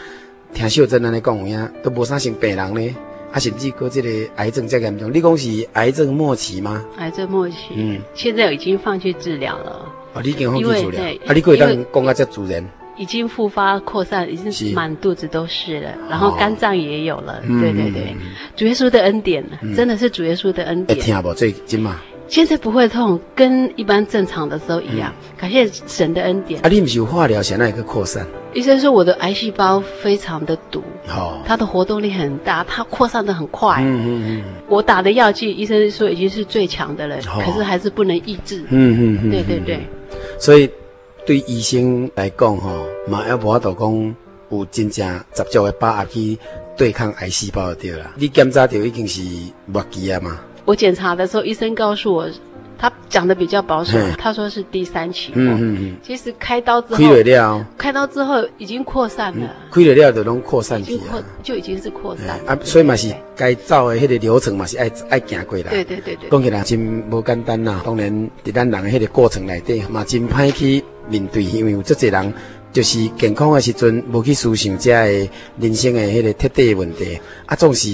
S3: 听秀珍安尼讲有影，都无啥成病人咧，啊，甚至过即个癌症遮严重。你讲是癌症末期吗？
S4: 癌症末期，
S3: 嗯
S4: 现在已经放弃治疗了，
S3: 哦，你已经放弃治
S4: 因为
S3: 疗，
S4: 对
S3: 啊，你可以当
S4: 因为
S3: 讲啊遮主人，
S4: 已经复发扩散，已
S3: 是哦
S4: 经满肚子都是了，然后肝脏也有了。对对对，
S3: 嗯
S4: 主耶稣的恩典、真的是主耶稣的恩
S3: 会
S4: 典。
S3: 听无？最即嘛，
S4: 现在不会痛，跟一般正常的时候一样。
S3: 嗯
S4: 感谢神的恩典
S3: 啊，。你毋是有化疗，现在个扩散，
S4: 医生说我的癌细胞非常的毒，
S3: 吼、
S4: 它的活动力很大，它扩散的很快。
S3: 嗯嗯嗯
S4: 我打的药剂，医生说已经是最强的了，
S3: 哦
S4: 可是还是不能抑制。
S3: 嗯嗯嗯，
S4: 对对对，
S3: 所以对医生来讲吼，嘛要无法度讲有真正十足的把握去对抗癌细胞就对啦。你检查到已经是末期啊嘛，
S4: 我检查的时候，医生告诉我，他讲的比较保守
S3: 嗯，
S4: 他说是第三期。哦
S3: 嗯嗯
S4: 其实开刀之
S3: 嗯，
S4: 后，
S3: 开了了，
S4: 开刀之后已经扩散了，
S3: 开了了就拢扩散
S4: 已
S3: 去
S4: 经扩
S3: 啊。
S4: 就已经是扩散了
S3: 嗯啊，所以嘛是该走的迄个流程嘛是爱爱行过啦。
S4: 对对对对，对
S3: 讲起来真无简单啦。当然，伫咱人的迄个过程内底嘛，真歹去面对，因为有足侪人就是健康的时阵无去思想遮个人生的迄个彻底的问题，啊，总是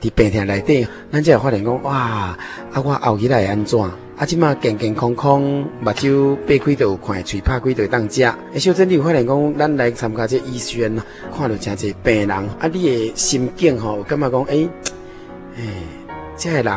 S3: 伫病痛内底，咱才会发现讲哇，啊，我后日来会安怎？啊，即马健健康康，目睭擘开就有看，喙拍开就会当食。诶，小珍，你有发现讲，咱来参加这医宣啊，看到真侪病人，啊，你的心境吼，有感觉讲，诶、诶、这个人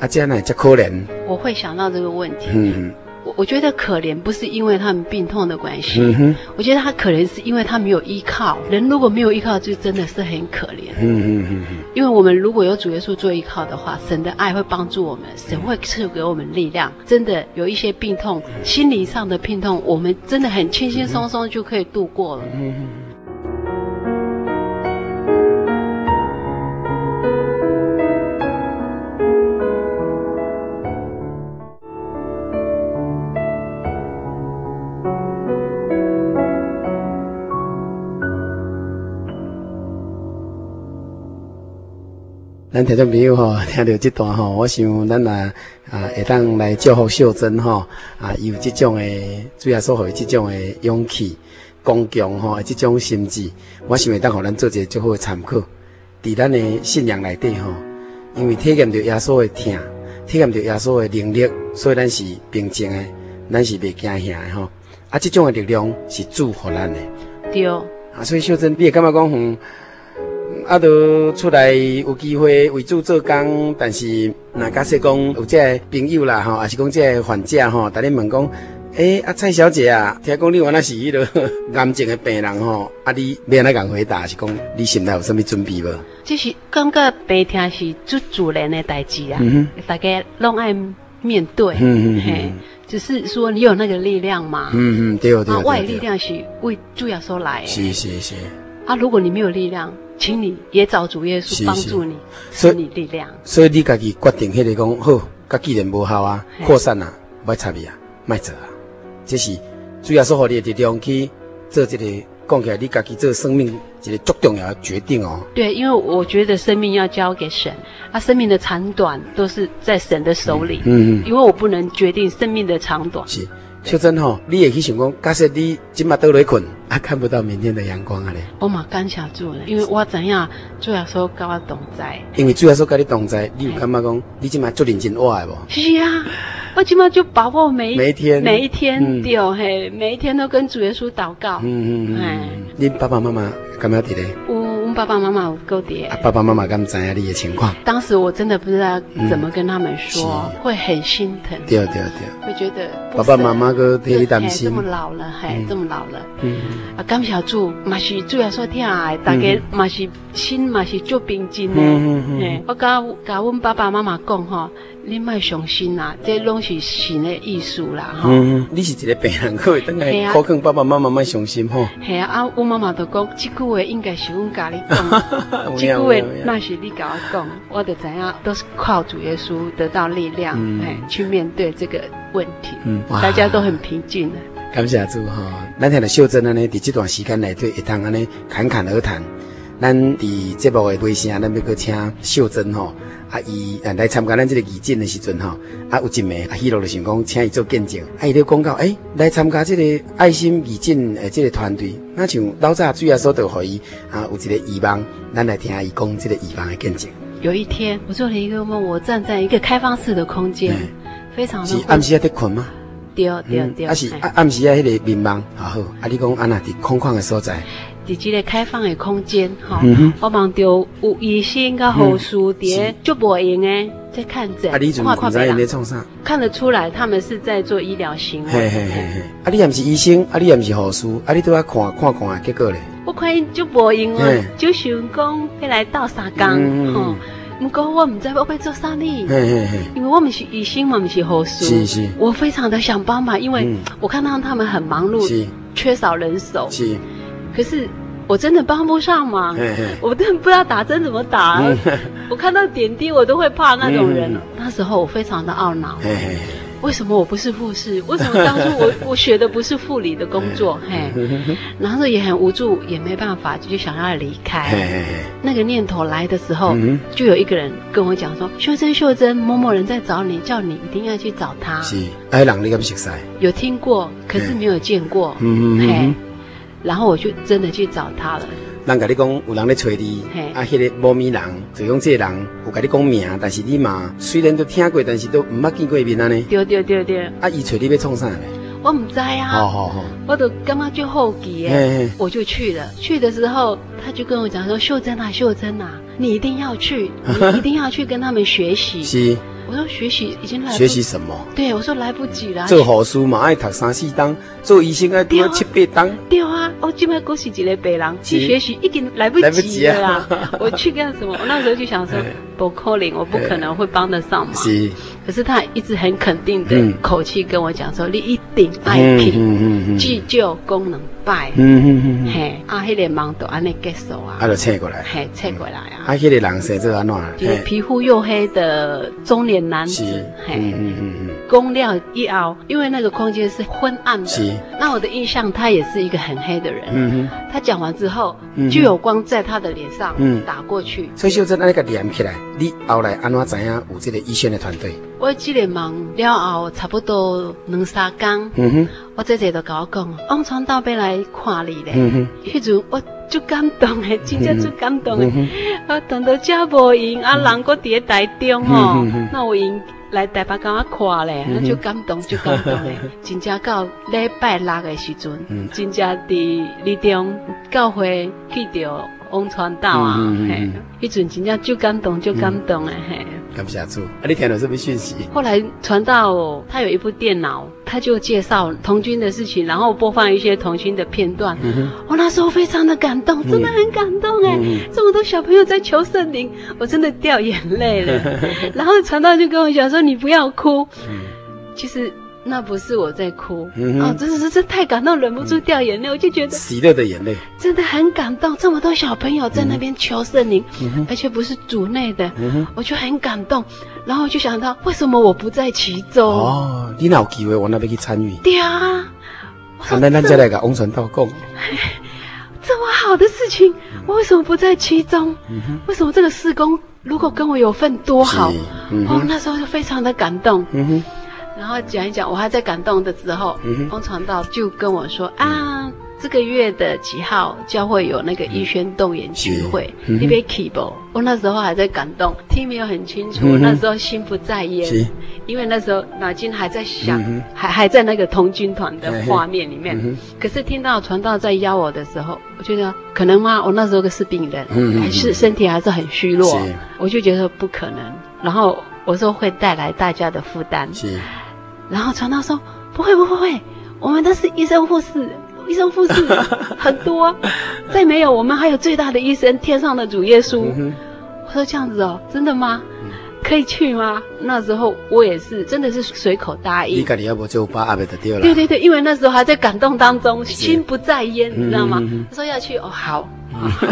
S3: 啊，这样才可怜。
S4: 我会想到这个问题。
S3: 嗯
S4: 我我觉得可怜不是因为他们病痛的关系，
S3: 嗯哼，
S4: 我觉得他可怜是因为他没有依靠。人如果没有依靠，就真的是很可怜。
S3: 嗯嗯嗯嗯
S4: 因为我们如果有主耶稣做依靠的话，神的爱会帮助我们，
S3: 嗯
S4: 神会赐给我们力量。真的有一些病痛，心理上的病痛，我们真的很轻轻松松就可以度过了。
S3: 嗯咱听众朋友吼， 听到这段吼，我想咱也啊会当来祝福秀珍吼啊，有这种的，主要说互伊这种的勇气、刚强吼，这种心智，我想会当互咱做一个最好的参考。伫咱的信仰内底吼，因为体验到耶稣的疼，体验到耶稣的能力，所以咱是平静的，咱是袂惊吓的吼。啊，这种的力量是主互咱的。
S4: 对哦，
S3: 啊，所以秀珍，你会感觉讲，嗯，啊，都出来有机会为主做工，但是若假设讲有这个朋友啦，吼，还是讲这个患者吼，逐日问讲，诶、啊，蔡小姐啊，听讲你原来是迄落 癌症的病人吼，啊，你免来共回答是讲你心内有啥物准备无？
S4: 这是感觉白天是最主人的代志啊，
S3: 嗯
S4: 大家拢爱面对，
S3: 嗯嗯嗯
S4: 嘿，只是说你有那个力量嘛，
S3: 嗯嗯，对对对
S4: 啊，我的力
S3: 对，
S4: 量是为主耶稣来的，
S3: 是是是，
S4: 啊，如果你没有力量，请你也找主耶
S3: 是
S4: 稣帮助你，
S3: 所以
S4: 赐你力量。
S3: 所以你家己决定迄个讲好，甲既然无效啊，
S4: 嘿
S3: 扩散啊，莫插伊啊，莫做啊，这是主要说互你的力量去做这个，讲起来你家己做生命一个足重要的决定哦。
S4: 对，因为我觉得生命要交给神，啊，生命的长短都是在神的手里，
S3: 嗯嗯，
S4: 因为我不能决定生命的长短。
S3: 是。秀珍吼、你会去想讲，假设你今嘛倒来困，啊看不到明天的阳光啊咧。
S4: 我嘛感谢主呢，因为我知影主耶稣甲我同在。
S3: 因为主要说跟你同在，你有感觉讲，你即马做认真活的无？
S4: 是啊，我起码就把握每一
S3: 每一天
S4: 每一天、
S3: 嗯
S4: 对哦嘿，每一天都跟主耶稣祷告。
S3: 嗯嗯
S4: 哎
S3: 嗯。恁爸爸妈妈感觉伫咧？
S4: 我我们爸爸妈妈有够的
S3: 啊，爸爸妈妈敢知影你的情况？
S4: 当时我真的不知道怎么跟他们说，
S3: 嗯是
S4: 会很心疼，
S3: 对对对，
S4: 会觉得不
S3: 爸
S4: 舍
S3: 爸妈妈搁替你担心
S4: 嘿这么老了，嘿，这么老了。
S3: 嗯
S4: 啊，感谢主，嘛是主要说疼爱，大家嘛是心嘛是足平静的。
S3: 嗯嗯嗯
S4: 嘿我甲甲阮爸爸妈妈讲吼，你莫伤心啦，这拢是神的意思啦吼。
S3: 嗯，你是一个病人，可会等
S4: 嘿
S3: 下
S4: 啊
S3: 可劝爸爸妈妈莫伤心吼。，
S4: 系啊，啊，我妈妈就讲，即句话应该是阮家你讲即句
S3: 有
S4: 话
S3: 影有影
S4: 那是你甲我讲，我就知影都是靠主耶稣得到力量，
S3: 嗯
S4: 哎、去面对这个问题。
S3: 嗯哇
S4: 大家都很平静的。
S3: 感谢主吼，咱听着秀珍安尼，伫这段时间内底会当安尼侃侃而谈。咱伫节目的尾声，咱要搁请秀珍吼，啊伊啊来参加咱这个义诊的时阵吼，啊有一暝啊，迄落就想讲请伊做见证，啊伊咧讲到诶、来参加这个爱心义诊的这个团队，那像老早主要说就互伊啊有一个希望，咱来听伊讲这个希望的见证，
S4: 有一天，我做了一个梦，我站在一个开放式的空间，非常
S3: 嗯是
S4: 的
S3: 暗时啊在困吗？
S4: 丢丢
S3: 嗯
S4: 丢，
S3: 啊是
S4: 哎
S3: 啊暗时啊迄个眠梦，啊好，啊你讲安那伫空旷的所在，
S4: 伫即个开放的空间，吼、
S3: 嗯哼嗯
S4: 我望到有医生甲护士伫
S3: 是
S4: 咧足无闲诶在看诊，
S3: 啊你阵毋知
S4: 别
S3: 因咧
S4: 人嗯
S3: 创啥？
S4: 看得出来他们是在做医疗行为。
S3: 嘿嘿嘿嘿，啊，你也毋是医生，啊，你也毋是护士，啊，你都要看看看啊，结果咧，
S4: 我看因足无闲
S3: 嘿
S4: 啊，就想讲要来斗相
S3: 嗯
S4: 共吼。毋过我毋知我要做啥呢，
S3: 嘿嘿嘿，
S4: 因为我们是医生嘛，我们是护
S3: 是
S4: 士。
S3: 是
S4: 我非常的想帮忙，因为
S3: 嗯
S4: 我看到他们很忙
S3: 是
S4: 碌，缺少人手。
S3: 嗯是，
S4: 可是我真的帮不上忙，
S3: 嘿嘿，
S4: 我真的不知道打针怎么打。 我看到点滴我都会怕那种人
S3: 嗯。
S4: 那时候我非常的懊恼，
S3: 嘿嘿，
S4: 为什么我不是护士？为什么当初 我我学的不是护理的工作？
S3: 嗯
S4: 嘿，然后也很无助，也没办法，就想要离
S3: 嘿
S4: 开。
S3: 嘿嘿，
S4: 那个念头来的时候
S3: 嗯，
S4: 就有一个人跟我讲说：“秀珍，秀珍，某某人在找你，叫你一定要去找他。
S3: 是，啊，迄人你敢熟悉？
S4: 有听过，可是没有见过。
S3: 嗯嗯嗯
S4: 嘿
S3: 嗯，
S4: 然后我就真的去找他了。
S3: 人甲你讲，有人咧找你
S4: 嘿，
S3: 啊，迄个某咪人，就讲这个人有甲你讲名，但是你嘛虽然都听过，但是都毋捌见过面安尼。
S4: 对对对对，
S3: 啊，伊找你要创啥咧？
S4: 我唔知啊。
S3: 好好好，
S4: 我都刚刚就后期耶，
S3: 哦嘿嘿，
S4: 我就去了。去的时候，他就跟我讲说：“秀珍啊，秀珍啊，你一定要去，你一定要去跟他们学 习。
S3: 是”
S4: 我说：“学习已经来不
S3: 学习。什么？”
S4: 对，我说来不及了。
S3: 做护士嘛爱读三四档，做医生爱读七八档。
S4: 对啊，我今麦过是一个北狼去
S3: 是
S4: 学习，一定来不
S3: 来不及
S4: 及了
S3: 啊
S4: 啦。 我去干什么？我那时候就想 说
S3: 哎，
S4: 不可能，我不可能会帮得上忙。
S3: 是，
S4: 可是他一直很肯定的
S3: 嗯
S4: 口气跟我讲说：“你一定爱拼，
S3: 嗯嗯
S4: 急救功能拜。
S3: 嗯嗯嗯，
S4: 嘿，啊，迄个忙都安尼结束啊。
S3: 啊，就请过来。
S4: 嘿，切过来啊
S3: 啊，！迄、个人生做安怎样？
S4: 就是
S3: 嘿
S4: 皮肤黝黑的中年男
S3: 是
S4: 子，，
S3: 嗯
S4: 嘿，
S3: 嗯嗯嗯，
S4: 公料一凹，因为那个空间是昏暗
S3: 是
S4: 的。那我的印象，他也是一个很黑的人。
S3: 嗯哼。
S4: 他讲完之后
S3: 嗯，
S4: 就有光在他的脸上
S3: 嗯
S4: 打过去。
S3: 所以秀珍安尼个连起来，你后来安怎知影有这个医生的团队？
S4: 我这个忙了后，差不多两三天，
S3: 嗯哼，
S4: 我姐姐就跟我讲，哦王传道要来看你咧。
S3: 嗯哼，
S4: 迄阵我足感动的，真正足感动的
S3: 嗯哼。
S4: 我啊等到遮无闲，啊人搁伫咧台中吼
S3: 嗯嗯嗯，
S4: 那有闲来台北甲我看咧，
S3: 嗯
S4: 啊
S3: 哼
S4: 足感动足感动的。真正到礼拜六的时阵
S3: 嗯，
S4: 真正伫里中教会去着王传道啊
S3: 嗯嗯嗯，嗯
S4: 嘿，迄阵真正足感动足感动的嘿。
S3: 感谢主。啊，你听到什么讯息？
S4: 后来传到他有一部电脑，他就介绍童军的事情，然后播放一些童军的片段。
S3: 嗯
S4: 我、那时候非常的感动，真的很感动哎、这么多小朋友在求圣灵，我真的掉眼泪 了。然后传道就跟我讲说：“你不要哭。其实那不是我在哭，
S3: 嗯哼嗯
S4: 哦，真的是这太感动，忍不住掉眼泪。我就觉得
S3: 喜乐的眼泪，
S4: 真的很感动，这么多小朋友在那边求圣灵，
S3: 嗯
S4: 而且不是组内的，我就很感动。然后我就想到，为什么我不在其中？
S3: 哦，你若有机会，我那边去参与。
S4: 对啊，我
S3: 啊，
S4: 说
S3: 咱咱再来甲王传道讲，
S4: 这么好的事情，我为什么不在其中？
S3: 嗯
S4: 为什么这个事工如果跟我有份多好
S3: 是？嗯
S4: 哦，那时候就非常的感动。
S3: 嗯哼，
S4: 然后讲一讲，我还在感动的时候
S3: 嗯哼，
S4: 翁传道就跟我说啊。这个月的几号教会有那个逸轩动员聚会，
S3: 是嗯哼
S4: 你别 keep 哦。我那时候还在感动，听没有很清楚，
S3: 嗯哼
S4: 那时候心不在焉
S3: 是，
S4: 因为那时候脑筋还在想，
S3: 嗯哼
S4: 还还在那个童军团的
S3: 嘿嘿
S4: 画面里面。
S3: 嗯哼
S4: 可是听到传道在邀我的时候，我觉得可能吗？我那时候是病人，
S3: 嗯嗯
S4: 还是身体还是很虚弱
S3: 是，
S4: 我就觉得不可能。然后我说会带来大家的负担，
S3: 是，
S4: 然后传道说不会不会不会，我们都是医生护士， 医生护士很多，再没有我们还有最大的医生，天上的主耶稣。
S3: 嗯
S4: 我说这样子哦，真的吗？可以去吗？那时候我也是，真的是随口答应
S3: 你。家己要无就把阿伯得掉啦。
S4: 对对对，因为那时候还在感动当中，心不在焉，你知道吗
S3: 嗯嗯嗯？
S4: 他说要去，哦 好，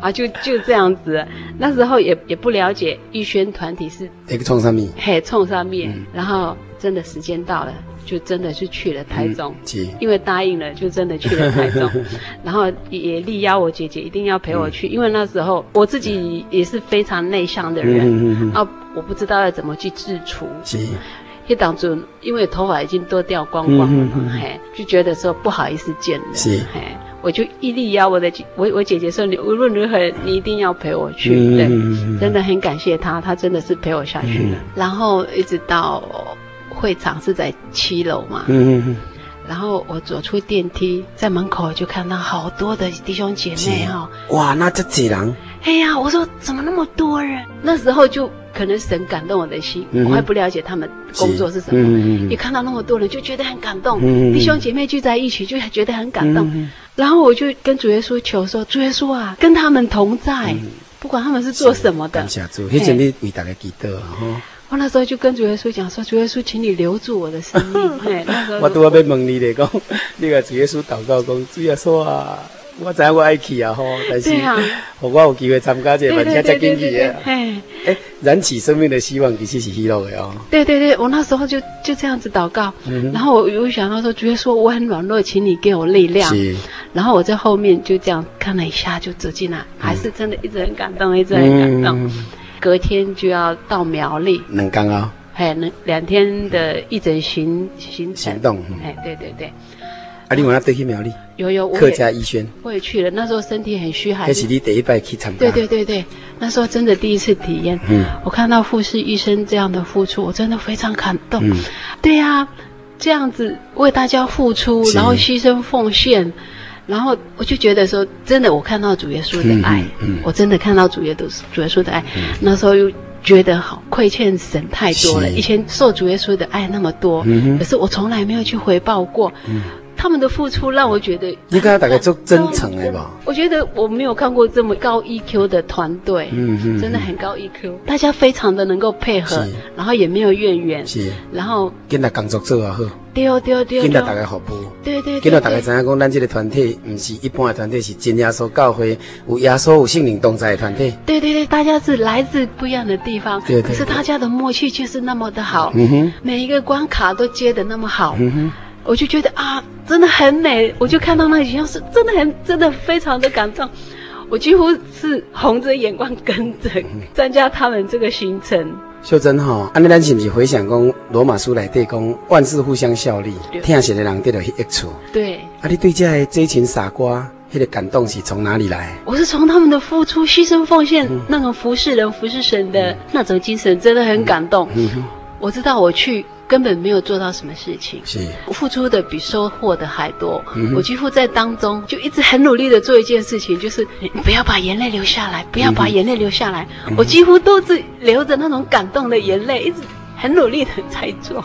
S4: 啊就就这样子。那时候也也不了解逸轩团体是
S3: 那个创啥物？
S4: 嘿冲上面，
S3: 嗯
S4: 然后真的时间到了，就真的是去了台中。
S3: 是，
S4: 因为答应了，就真的去了 台中，然后也力邀我姐姐一定要陪
S3: 嗯
S4: 我去，因为那时候我自己也是非常内向的人、
S3: 嗯嗯嗯，
S4: 啊，我不知道要怎么去自处，
S3: 是，
S4: 那当中，因为头发已经都掉光光了嘛，
S3: 嗯嗯嗯
S4: 嘿，就觉得说不好意思见人，
S3: 是
S4: 嘿，我就一力邀我的姐，我我姐姐说，你无论如何你一定要陪我去，
S3: 嗯
S4: 对，
S3: 嗯嗯嗯
S4: 真的很感谢她，她真的是陪我下去了，然后一直到会场是在七楼嘛，
S3: 嗯嗯
S4: 然后我走出电梯，在门口就看到好多的弟兄姐妹哈、哦，
S3: 嗯，哇，那这几人，
S4: 哎呀，我说怎么那么多人？那时候就可能神感动我的心，
S3: 嗯哼
S4: 我还不了解他们工作是什么。
S3: 嗯嗯嗯
S4: 一看到那么多人，就觉得很感动，
S3: 嗯嗯嗯
S4: 弟兄姐妹聚在一起，就觉得很感动。
S3: 嗯
S4: 然后我就跟主耶稣求说：“主耶稣啊，跟他们同在，不管他们是做什么
S3: 嗯
S4: 的
S3: 感。谢主，迄阵你为大家祈祷啊吼。”
S4: 我那时候就跟主耶稣讲说：“主耶稣，请你留住我的生 命。”嘿，那时候
S3: 我拄仔要问你咧，讲， 你个主耶稣祷告讲，主耶稣啊，我知影我爱去啊吼，但是
S4: 对啊，
S3: 互我有机会参加这
S4: 对
S3: 个，
S4: 对
S3: 而
S4: 对
S3: 且
S4: 对
S3: 进
S4: 对
S3: 去
S4: 对
S3: 啊，。
S4: 嘿。
S3: 诶，燃起生命的希望其实是喜乐的哦。
S4: 对对对，我那时候就就这样子祷告，
S3: 嗯
S4: 然后我又想到说，主耶稣，我很软弱，请你给我力量。
S3: 是，
S4: 然后我在后面就这样看了一下，就走进来，还是真的一直很感动，一直很感动。
S3: 嗯，
S4: 隔天就要到苗栗，
S3: 两工啊，
S4: 还有那两天的一整行行程
S3: 行。动。嗯
S4: 哎，对对对，
S3: 啊，你往那对去苗栗
S4: 有有，我
S3: 客
S4: 也
S3: 家医轩，
S4: 我也去了，那时候身体很虚寒
S3: 那。是你第一摆去参加。
S4: 对对对对，那时候真的第一次体验。
S3: 嗯
S4: 我看到护士医生这样的付出，我真的非常感动。
S3: 嗯
S4: 对呀、这样子为大家付出，
S3: 是
S4: 然后牺牲奉献，然后我就觉得说，真的，我看到主耶稣的爱，
S3: 嗯嗯嗯嗯
S4: 我真的看到主耶稣主耶稣的爱，那时候又。觉得好亏欠神太多了，
S3: 是
S4: 以前受主耶稣的爱那么多，
S3: 嗯哼
S4: 可是我从来没有去回报过。他们的付出让我觉得啊
S3: 你看大家足真诚的吧？
S4: 我觉得我没有看过这么高 EQ 的团队，
S3: 嗯嗯嗯
S4: 真的很高 EQ，大家非常的能够配合
S3: 是，
S4: 然后也没有怨言，
S3: 是，
S4: 然后
S3: 跟他工作做也好，
S4: 丢丢丢
S3: 跟他
S4: 丢，
S3: 大家服务。
S4: 对对
S3: 今
S4: 对
S3: 日大家
S4: 对
S3: 知影讲，咱这个团体毋是一般的团体，是真耶稣教会有耶稣有圣灵同在的团体。
S4: 对对对，大家是来自不一样的地方，
S3: 对对对
S4: 可是大家的默契却是那么的好，
S3: 嗯哼，
S4: 每一个关卡都接的那么好，
S3: 嗯哼，
S4: 我就觉得啊，真的很美，我就看到那个形象是真的很真的非常的感动。我几乎是红着眼光跟着
S3: 嗯
S4: 参加他们这个行程，
S3: 秀珍吼、安尼咱是毋是回想讲罗马书内底讲万事互相效力
S4: 对，
S3: 听神的人得到益处。
S4: 对，
S3: 啊，你对这个这群傻瓜，迄、个感动是从哪里来？
S4: 我是从他们的付出、牺牲、奉献，
S3: 嗯
S4: 那
S3: 嗯
S4: 种服侍人、服侍神的那种精神，真的很感动。我知道我去根本没有做到什么事情，
S3: 是
S4: 付出的比收获的还多。
S3: 嗯哼
S4: 我几乎在当中就一直很努力的做一件事情，就是
S3: 嗯
S4: 你不要把眼泪流下来，不要把眼泪流下来。我几乎都是流着那种感动的眼泪，一直很努力的在做。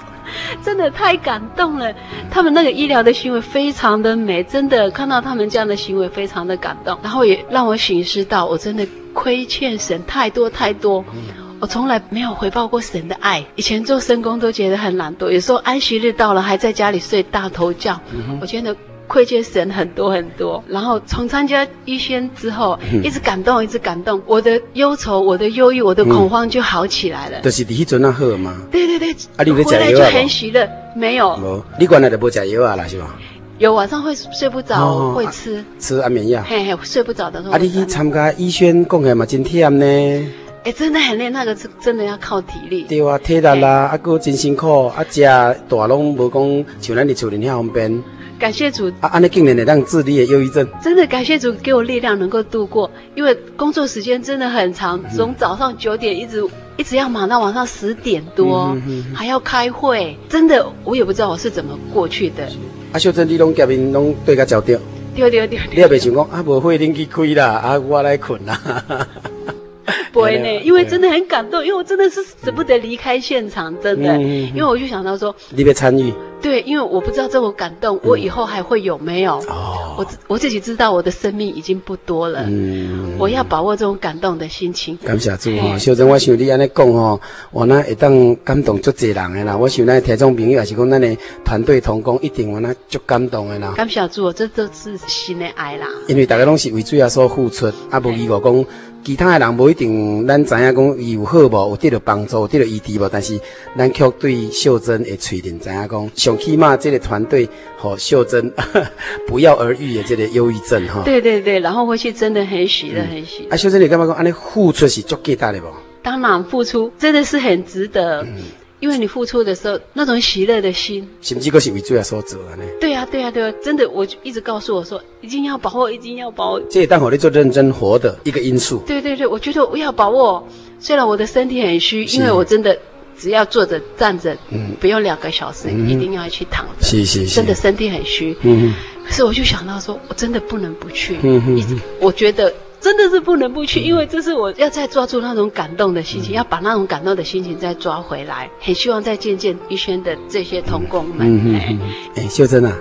S4: 真的太感动了，他们那个医疗的行为非常的美，真的看到他们这样的行为非常的感动，然后也让我醒思到，我真的亏欠神太多太多。
S3: 嗯
S4: 我从来没有回报过神的爱。以前做深工都觉得很懒惰，有时候安息日到了还在家里睡大头觉，
S3: 嗯
S4: 我觉得亏欠神很多很多。然后从参加医宣之后，啊
S3: 嗯
S4: 一直感动，一直感动，我的忧愁、我的忧郁、我的
S3: 嗯
S4: 恐慌就好起来了。
S3: 就是伫迄阵啊好嘛。
S4: 对对对，
S3: 啊你有在吃
S4: 回来
S3: 药
S4: 就
S3: 啊
S4: 很
S3: 无
S4: 喜乐，没有
S3: 无，哦你原来就无食药啊啦，是吧？
S4: 有晚上会睡不着，
S3: 哦
S4: 会
S3: 啊
S4: 吃，
S3: 吃安眠药。
S4: 嘿嘿，睡不着的时候
S3: 啊，
S4: 会
S3: 你
S4: 吃
S3: 去
S4: 安眠。
S3: 参加医宣，讲起来嘛真忝呢。
S4: 哎，真的很累，那个是真的要靠体力。
S3: 对啊，体力啦，啊，佫真辛苦，啊，食大拢无讲像咱伫厝里遐方便。
S4: 感谢主，
S3: 啊，安尼竟然会当治你的忧郁症。
S4: 真的感谢主给我力量能够度过，因为工作时间真的很长，
S3: 嗯
S4: 从早上九点一直一直要忙到晚上十点多，
S3: 嗯嗯嗯
S4: 还要开会，真的我也不知道我是怎么过去的。
S3: 啊，小珍，你拢夹面拢对甲照着，
S4: 丢丢丢
S3: 你也袂
S4: 丢，
S3: 想讲啊，无会恁去开啦，啊，我来困啦。
S4: 不会
S3: 对
S4: 呢，
S3: 啊
S4: 因为真的很感动，因为我真的是舍不得离开现场，真的，
S3: 嗯嗯嗯
S4: 因为我就想到说，
S3: 你要参与
S4: 对，因为我不知道这种感动，我以后还会有没有？
S3: 哦，
S4: 我自我自己知道我的生命已经不多了，
S3: 嗯。
S4: 我要把握这种感动的心情。
S3: 感谢主吼，
S4: 嘿
S3: 小珍，我想你安尼讲吼，我那会当感动足济人的啦。我想咱的听众朋友也是讲咱的团队同工，一定我那足感动的啦。
S4: 感谢主，这这是新的爱啦。
S3: 因为大家拢是为主要所付出，啊，无如果讲其他的人无一定，咱知影讲伊有好无，有得到帮助，有得到医治无，但是咱却对秀珍的喙面知影讲，上起码这个团队和秀珍 不药而愈的这个忧郁症哈。
S4: 对对对，然后回去真的很喜乐，很喜乐。
S3: 啊，秀珍，你感觉讲安尼付出是足巨大的无？
S4: 当然付出真的是很值得，
S3: 嗯
S4: 因为你付出的时候那种喜乐的心。
S3: 甚至佫是为主要所做安尼。
S4: 对啊，对啊，对啊，真的，我就一直告诉我说，一定要把握，一定要把握。
S3: 这也当互你做认真活的一个因素。
S4: 对对对，我觉得我要把握。虽然我的身体很虚，因为我真的只要坐着、站着，不用两个小时，一定要去躺着。
S3: 嗯是是是
S4: 真的身体很虚。
S3: 嗯
S4: 可是我就想到说，我真的不能不去。
S3: 嗯嗯
S4: 一直我觉得真的是不能不去，因为这是我要再抓住那种感动的
S3: 嗯
S4: 心情，要把那种感动的心情再抓回来。很希望再见见医轩的这些同工们。
S3: 嗯嗯
S4: 哎
S3: 嗯。诶、秀珍啊，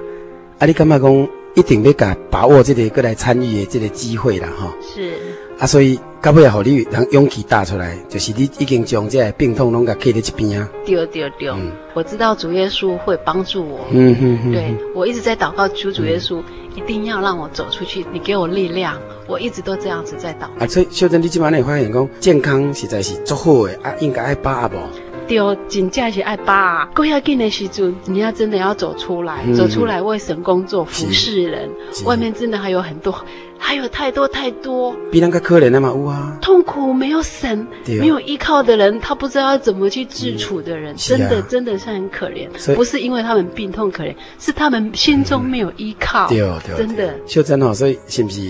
S3: 啊，你感觉讲一定要甲把握这个过来参与的这个机会啦吼。
S4: 是，
S3: 啊，所以到尾也互你人勇气打出来，就是你已经将这个病痛拢甲放在一边啊。
S4: 丢丢丢！我知道主耶稣会帮助我。
S3: 嗯嗯嗯，
S4: 对我一直在祷告，求主耶稣一定要让我走出去，你给我力量。我一直都这样子在祷告。
S3: 啊，所以秀珍，你即摆你会发现讲健康实在是足好的，啊，应该爱把握无？
S4: 对，真正是爱爸、啊。过要紧的时阵，你要真的要走出来，
S3: 嗯
S4: 走出来为神工作，服侍人
S3: 是。
S4: 外面真的还有很多，还有太多太多
S3: 比咱较可怜的嘛有啊。
S4: 痛苦，没有神，
S3: 对
S4: 没有依靠的人，他不知道要怎么去自处的人，
S3: 是啊
S4: 真的真的是很可怜
S3: 所。以
S4: 不是因为他们病痛可怜，是他们心中没有依靠。
S3: 对对，
S4: 真的
S3: 对。秀珍吼，所以是毋是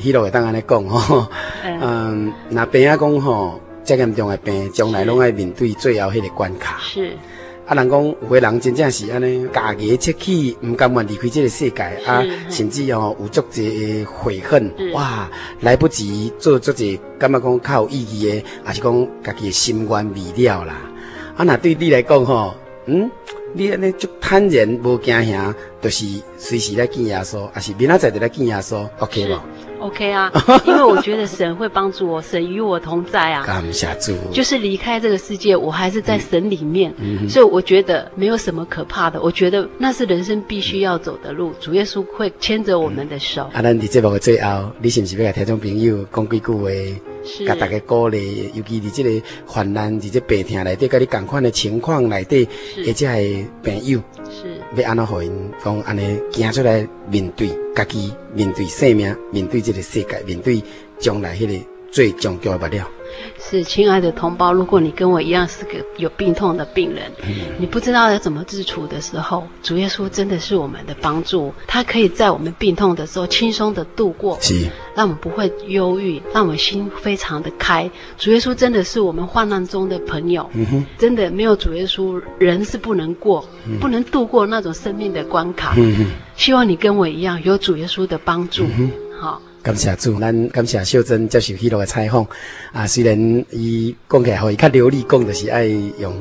S3: 迄落会当安尼讲吼？
S4: 嗯，
S3: 嗯，若病啊讲吼，遮严重的病，将来拢爱面对最后迄个关卡。
S4: 是
S3: 啊，人讲有个人真正是安尼，家己切去，毋甘愿离开这个世界啊，甚至哦有足侪悔恨，
S4: 是
S3: 哇，来不及做足侪，感觉讲较有意义的，还是讲家己的心愿未了啦。啊，那对你来讲吼，嗯，你安尼足坦然无惊吓，就是随时来见耶稣，还是明仔载就来见耶稣，OK
S4: 是
S3: 无？
S4: ，OK 啊，因为我觉得神会帮助我，神与我同在啊。
S3: 感谢主，
S4: 就是离开这个世界，我还是在神里面，所以我觉得没有什么可怕的。我觉得那是人生必须要走的路，主耶稣会牵着我们的手。
S3: 啊，咱伫节目的最后，你是不是要甲听众朋友讲几句话？
S4: 是
S3: 甲大家鼓励，尤其伫即个患难、伫即个病痛内底，甲你共款的情况内底，
S4: 是
S3: 或者系朋友，
S4: 是
S3: 要安怎互因讲安尼行出来面对家己，面对生命，面对即个世界，面对将来迄个最终叫不了。
S4: 是，亲爱的同胞，如果你跟我一样是个有病痛的病人，你不知道要怎么自处的时候，主耶稣真的是我们的帮助，他可以在我们病痛的时候轻松的度过，
S3: 是，
S4: 让我们不会忧郁，让我们心非常的开。主耶稣真的是我们患难中的朋友，真的没有主耶稣，人是不能过，不能度过那种生命的关卡。
S3: 嗯
S4: 希望你跟我一样有主耶稣的帮助，好。
S3: 感谢主，咱感谢秀珍接受迄落个采访。啊，虽然伊讲起来，吼，伊较流利讲，就是爱用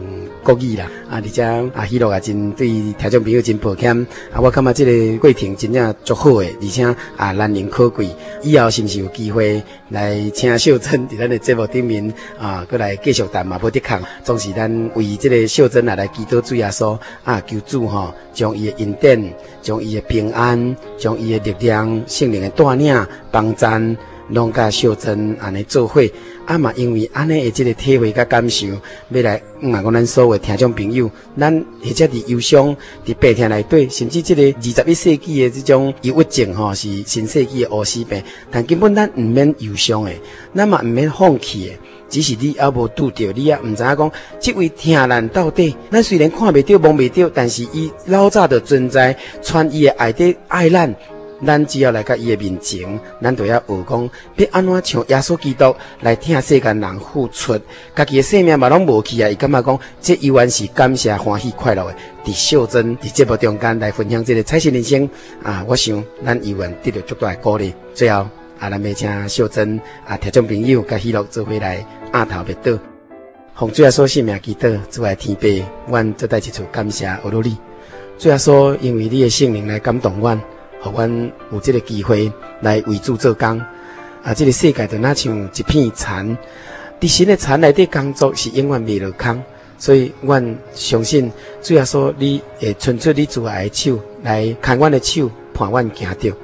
S3: 国语啦。啊，而且啊，迄落也真对听众朋友真抱歉。啊，我感觉这个过程真正足好诶，而且啊难能可贵。以后是毋是有机会来请秀珍伫咱的节目顶面啊，过来继续谈嘛，无得空。总是咱为这个秀珍啊来祈祷主耶稣啊，求主吼、将伊的恩典，将伊的平安，将伊的力量，圣灵的带领。帮咱拢甲秀珍安尼做伙，啊嘛，因为安尼的即个体会甲感受，要来毋啊，讲咱所有的听众朋友，咱或者伫忧伤、伫白天内底，甚至即个二十一世纪的即种忧郁症吼，是新世纪的乌死病，但根本咱毋免忧伤的，咱嘛毋免放弃的。只是你还无拄着，你也毋知影讲，即位疼咱到底，咱虽然看袂到、摸袂到，但是伊老早的存在，穿伊的爱底爱咱，咱只要来到伊的面前，咱就要学讲，要安怎像耶稣基督来听世间人付出，家己的性命嘛拢无去啊！伊感觉讲，这依然是感谢、欢喜、快乐的。伫秀珍伫节目中间来分享这个彩信人生啊，我想咱依然得到足大的鼓励。最后啊，咱要请秀珍啊，听众朋友甲喜乐做伙来阿头别倒。奉主耶稣性命祈祷，主爱天父，阮做在一处感谢俄罗斯。主耶稣，因为你的圣灵来感动阮。互阮有即个机会来为主做工。啊，即、个世界就若像一片田，伫新的田内底工作是永远未落空，所以阮相信，主要说你会伸出你主爱的手来牵阮的手，伴阮行着。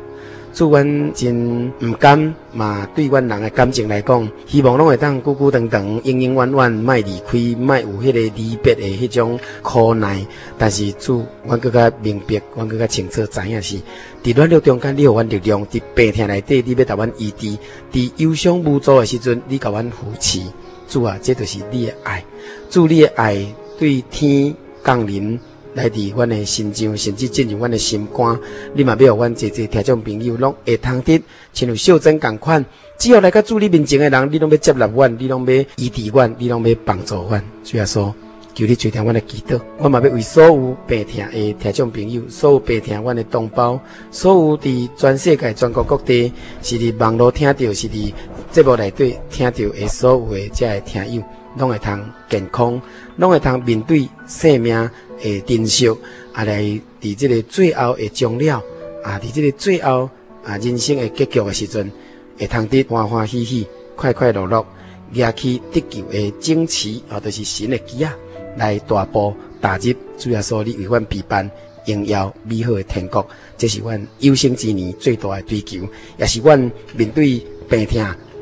S3: 祝阮真毋甘嘛，对阮人的感情来讲，希望拢会当久久长长、永永远远，莫离开，莫有迄个离别的迄种苦难。但是主，阮更较明白，阮更较清楚知影是，伫软弱中间，你互阮力量；伫病痛内底，你要甲阮医治；伫忧伤无助的时阵，你甲阮扶持。主啊，这就是你的爱，主你的爱对天降临。来伫阮的心中，甚至进入阮的心肝。你嘛要互阮这这听众朋友拢会通得，亲像秀珍共款。只要来到主你面前的人，你拢要接纳阮，你拢要医治阮，你拢要帮助阮。主要说，求你垂听阮的祈祷。我嘛要为所有病痛的听众朋友，所有病痛阮的同胞，所有伫全世界全国各地，是伫网络听到，是伫节目内底听到的所有的遮的听友，拢会通健康，拢会通面对生命。诶珍惜，啊来伫即个最后诶终了，啊伫即个最后啊人生诶结局诶时阵，会通得欢欢喜喜、快快乐乐，举起得救诶整旗，啊，就是神诶旗啊，来大步踏入主要说你为阮陪伴。荣耀美好的天国，这是阮有生之年最大的追求，也是阮面对病痛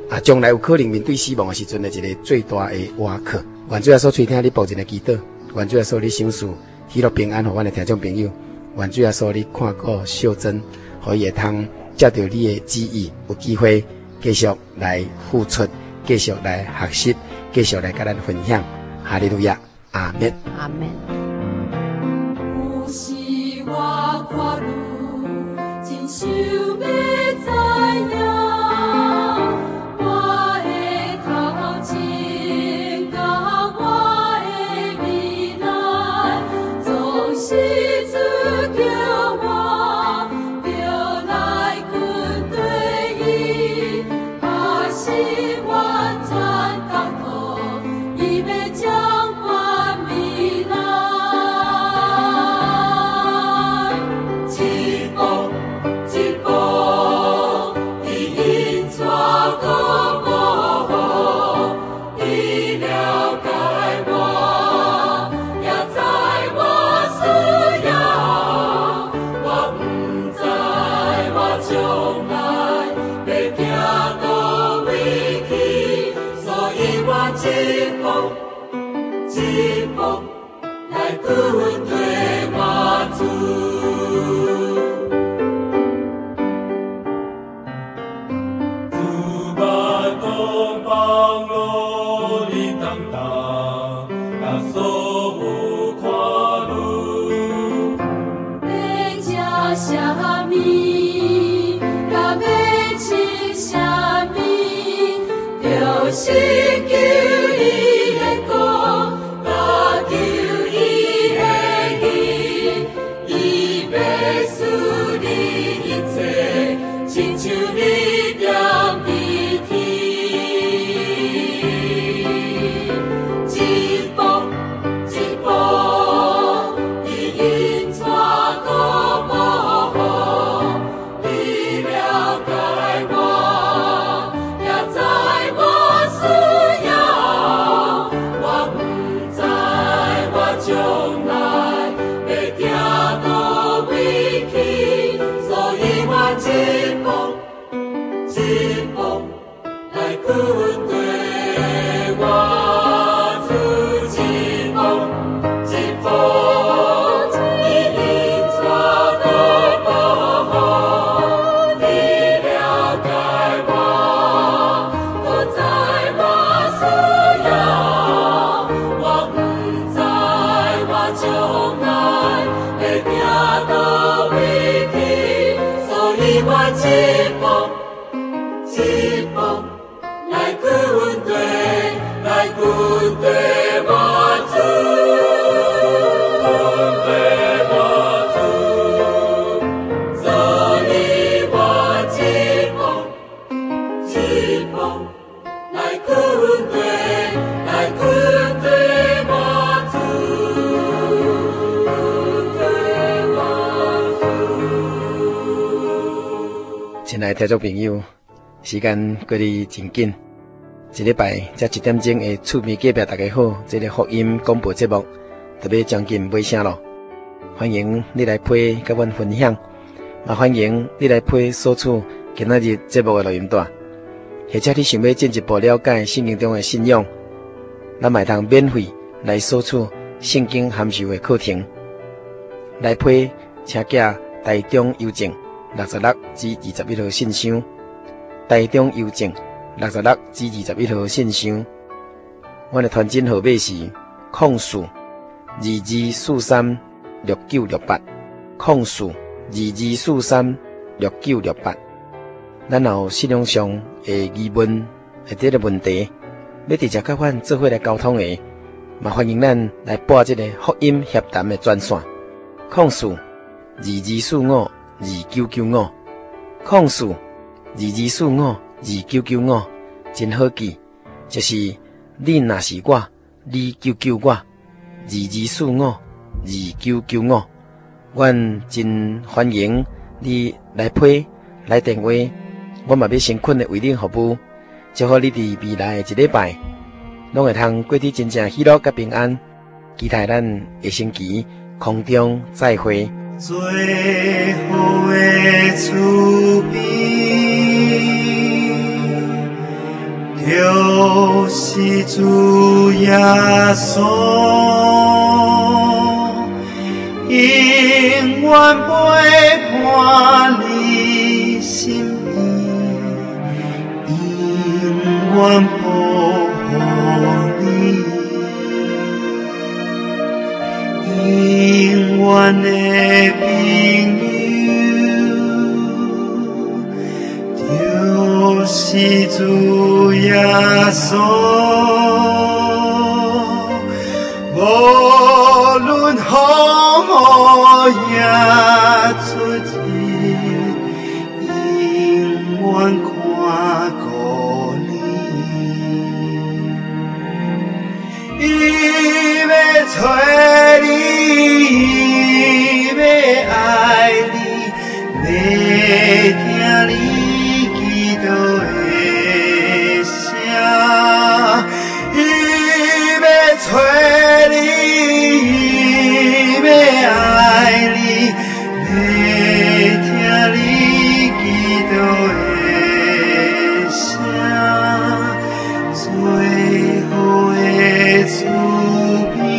S3: 啊，将来有可能面对死亡的时阵的一个最大的瓦课。愿主要说垂听你保证的祈祷。愿主耶稣你赏赐喜乐平安，互阮的听众朋友。愿主耶稣你看顾秀珍，互伊会通接到你的旨意，有机会继续来付出，继续来学习，继续来甲咱分享。哈利路亚，阿弥。
S4: 阿门。
S5: 有时我看有真想要知影，我的头前甲我的未来，总是只叫我着来跟对伊，还是完全到头，伊要将我未来。一步一步，伊引带我步，伊了解我，也知我需要。我不知我将来要行到位去，所以我一步一步来跟对我主。主万公求伊的歌，我求伊的义，伊要赐你一切，亲像你点滴天，一步一步，伊引带我步行。你了解我，也知我需要。我不知我将来要行到位去，所以我一步一步来跟对我自己梦。一步一步跨过你了解我，我知我需要，我不知我将来会行到位去，所以我一步一步。来滚对，来滚对我主，滚对我主，所以我一梦一梦，来滚对，来滚对我主，对我主。
S3: 亲爱的听众朋友，时间过得真紧，一礼拜才一点钟的厝边隔壁大家好，这个福音广播节目特别将近尾声咯。欢迎你来配甲阮分享，也欢迎你来配所处今仔日节目的录音带，或者你想要进一步了解圣经中的信仰，咱嘛会通免费来所处圣经函授的课程。来批请寄台中邮政六十六至二十一号信箱，台中邮政六十六至二十一号信箱。阮的传真号码是控诉二二四三六九六八，控诉二二四三六九六八。咱若有信用上的疑问，或者个问题，要直接甲阮做伙来沟通的，嘛欢迎咱来拨这个福音协谈的专线。控诉二二四五二九九五，控诉二二四五二九九五，真好记，就是你若是我，你救救我，二二四五二九九五，阮真欢迎你来批来电话，我嘛要辛苦的为你服务，祝福你伫未来的一礼拜，拢会通过得真正喜乐甲平安，期待咱下星期。空中再会。
S1: 最好的厝边，就是主耶稣，永远陪伴你身边，永远保护你。永远的朋友，就是主耶稣。无论风雨也出天，永远看顾你。伊要找你，伊要爱你，要听你祈祷的声。伊要找你，伊要爱你，要听你祈祷的声。最好的厝边，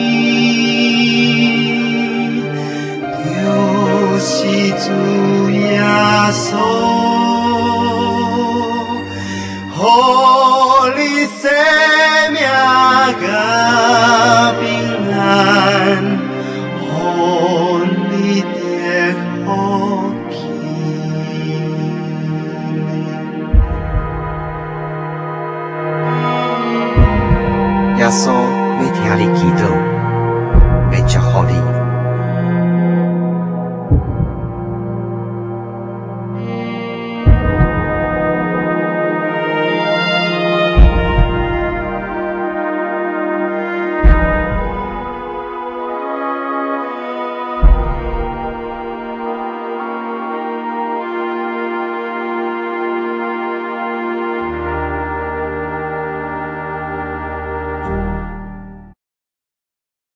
S1: 就是主耶稣，乎你生命甲平安，乎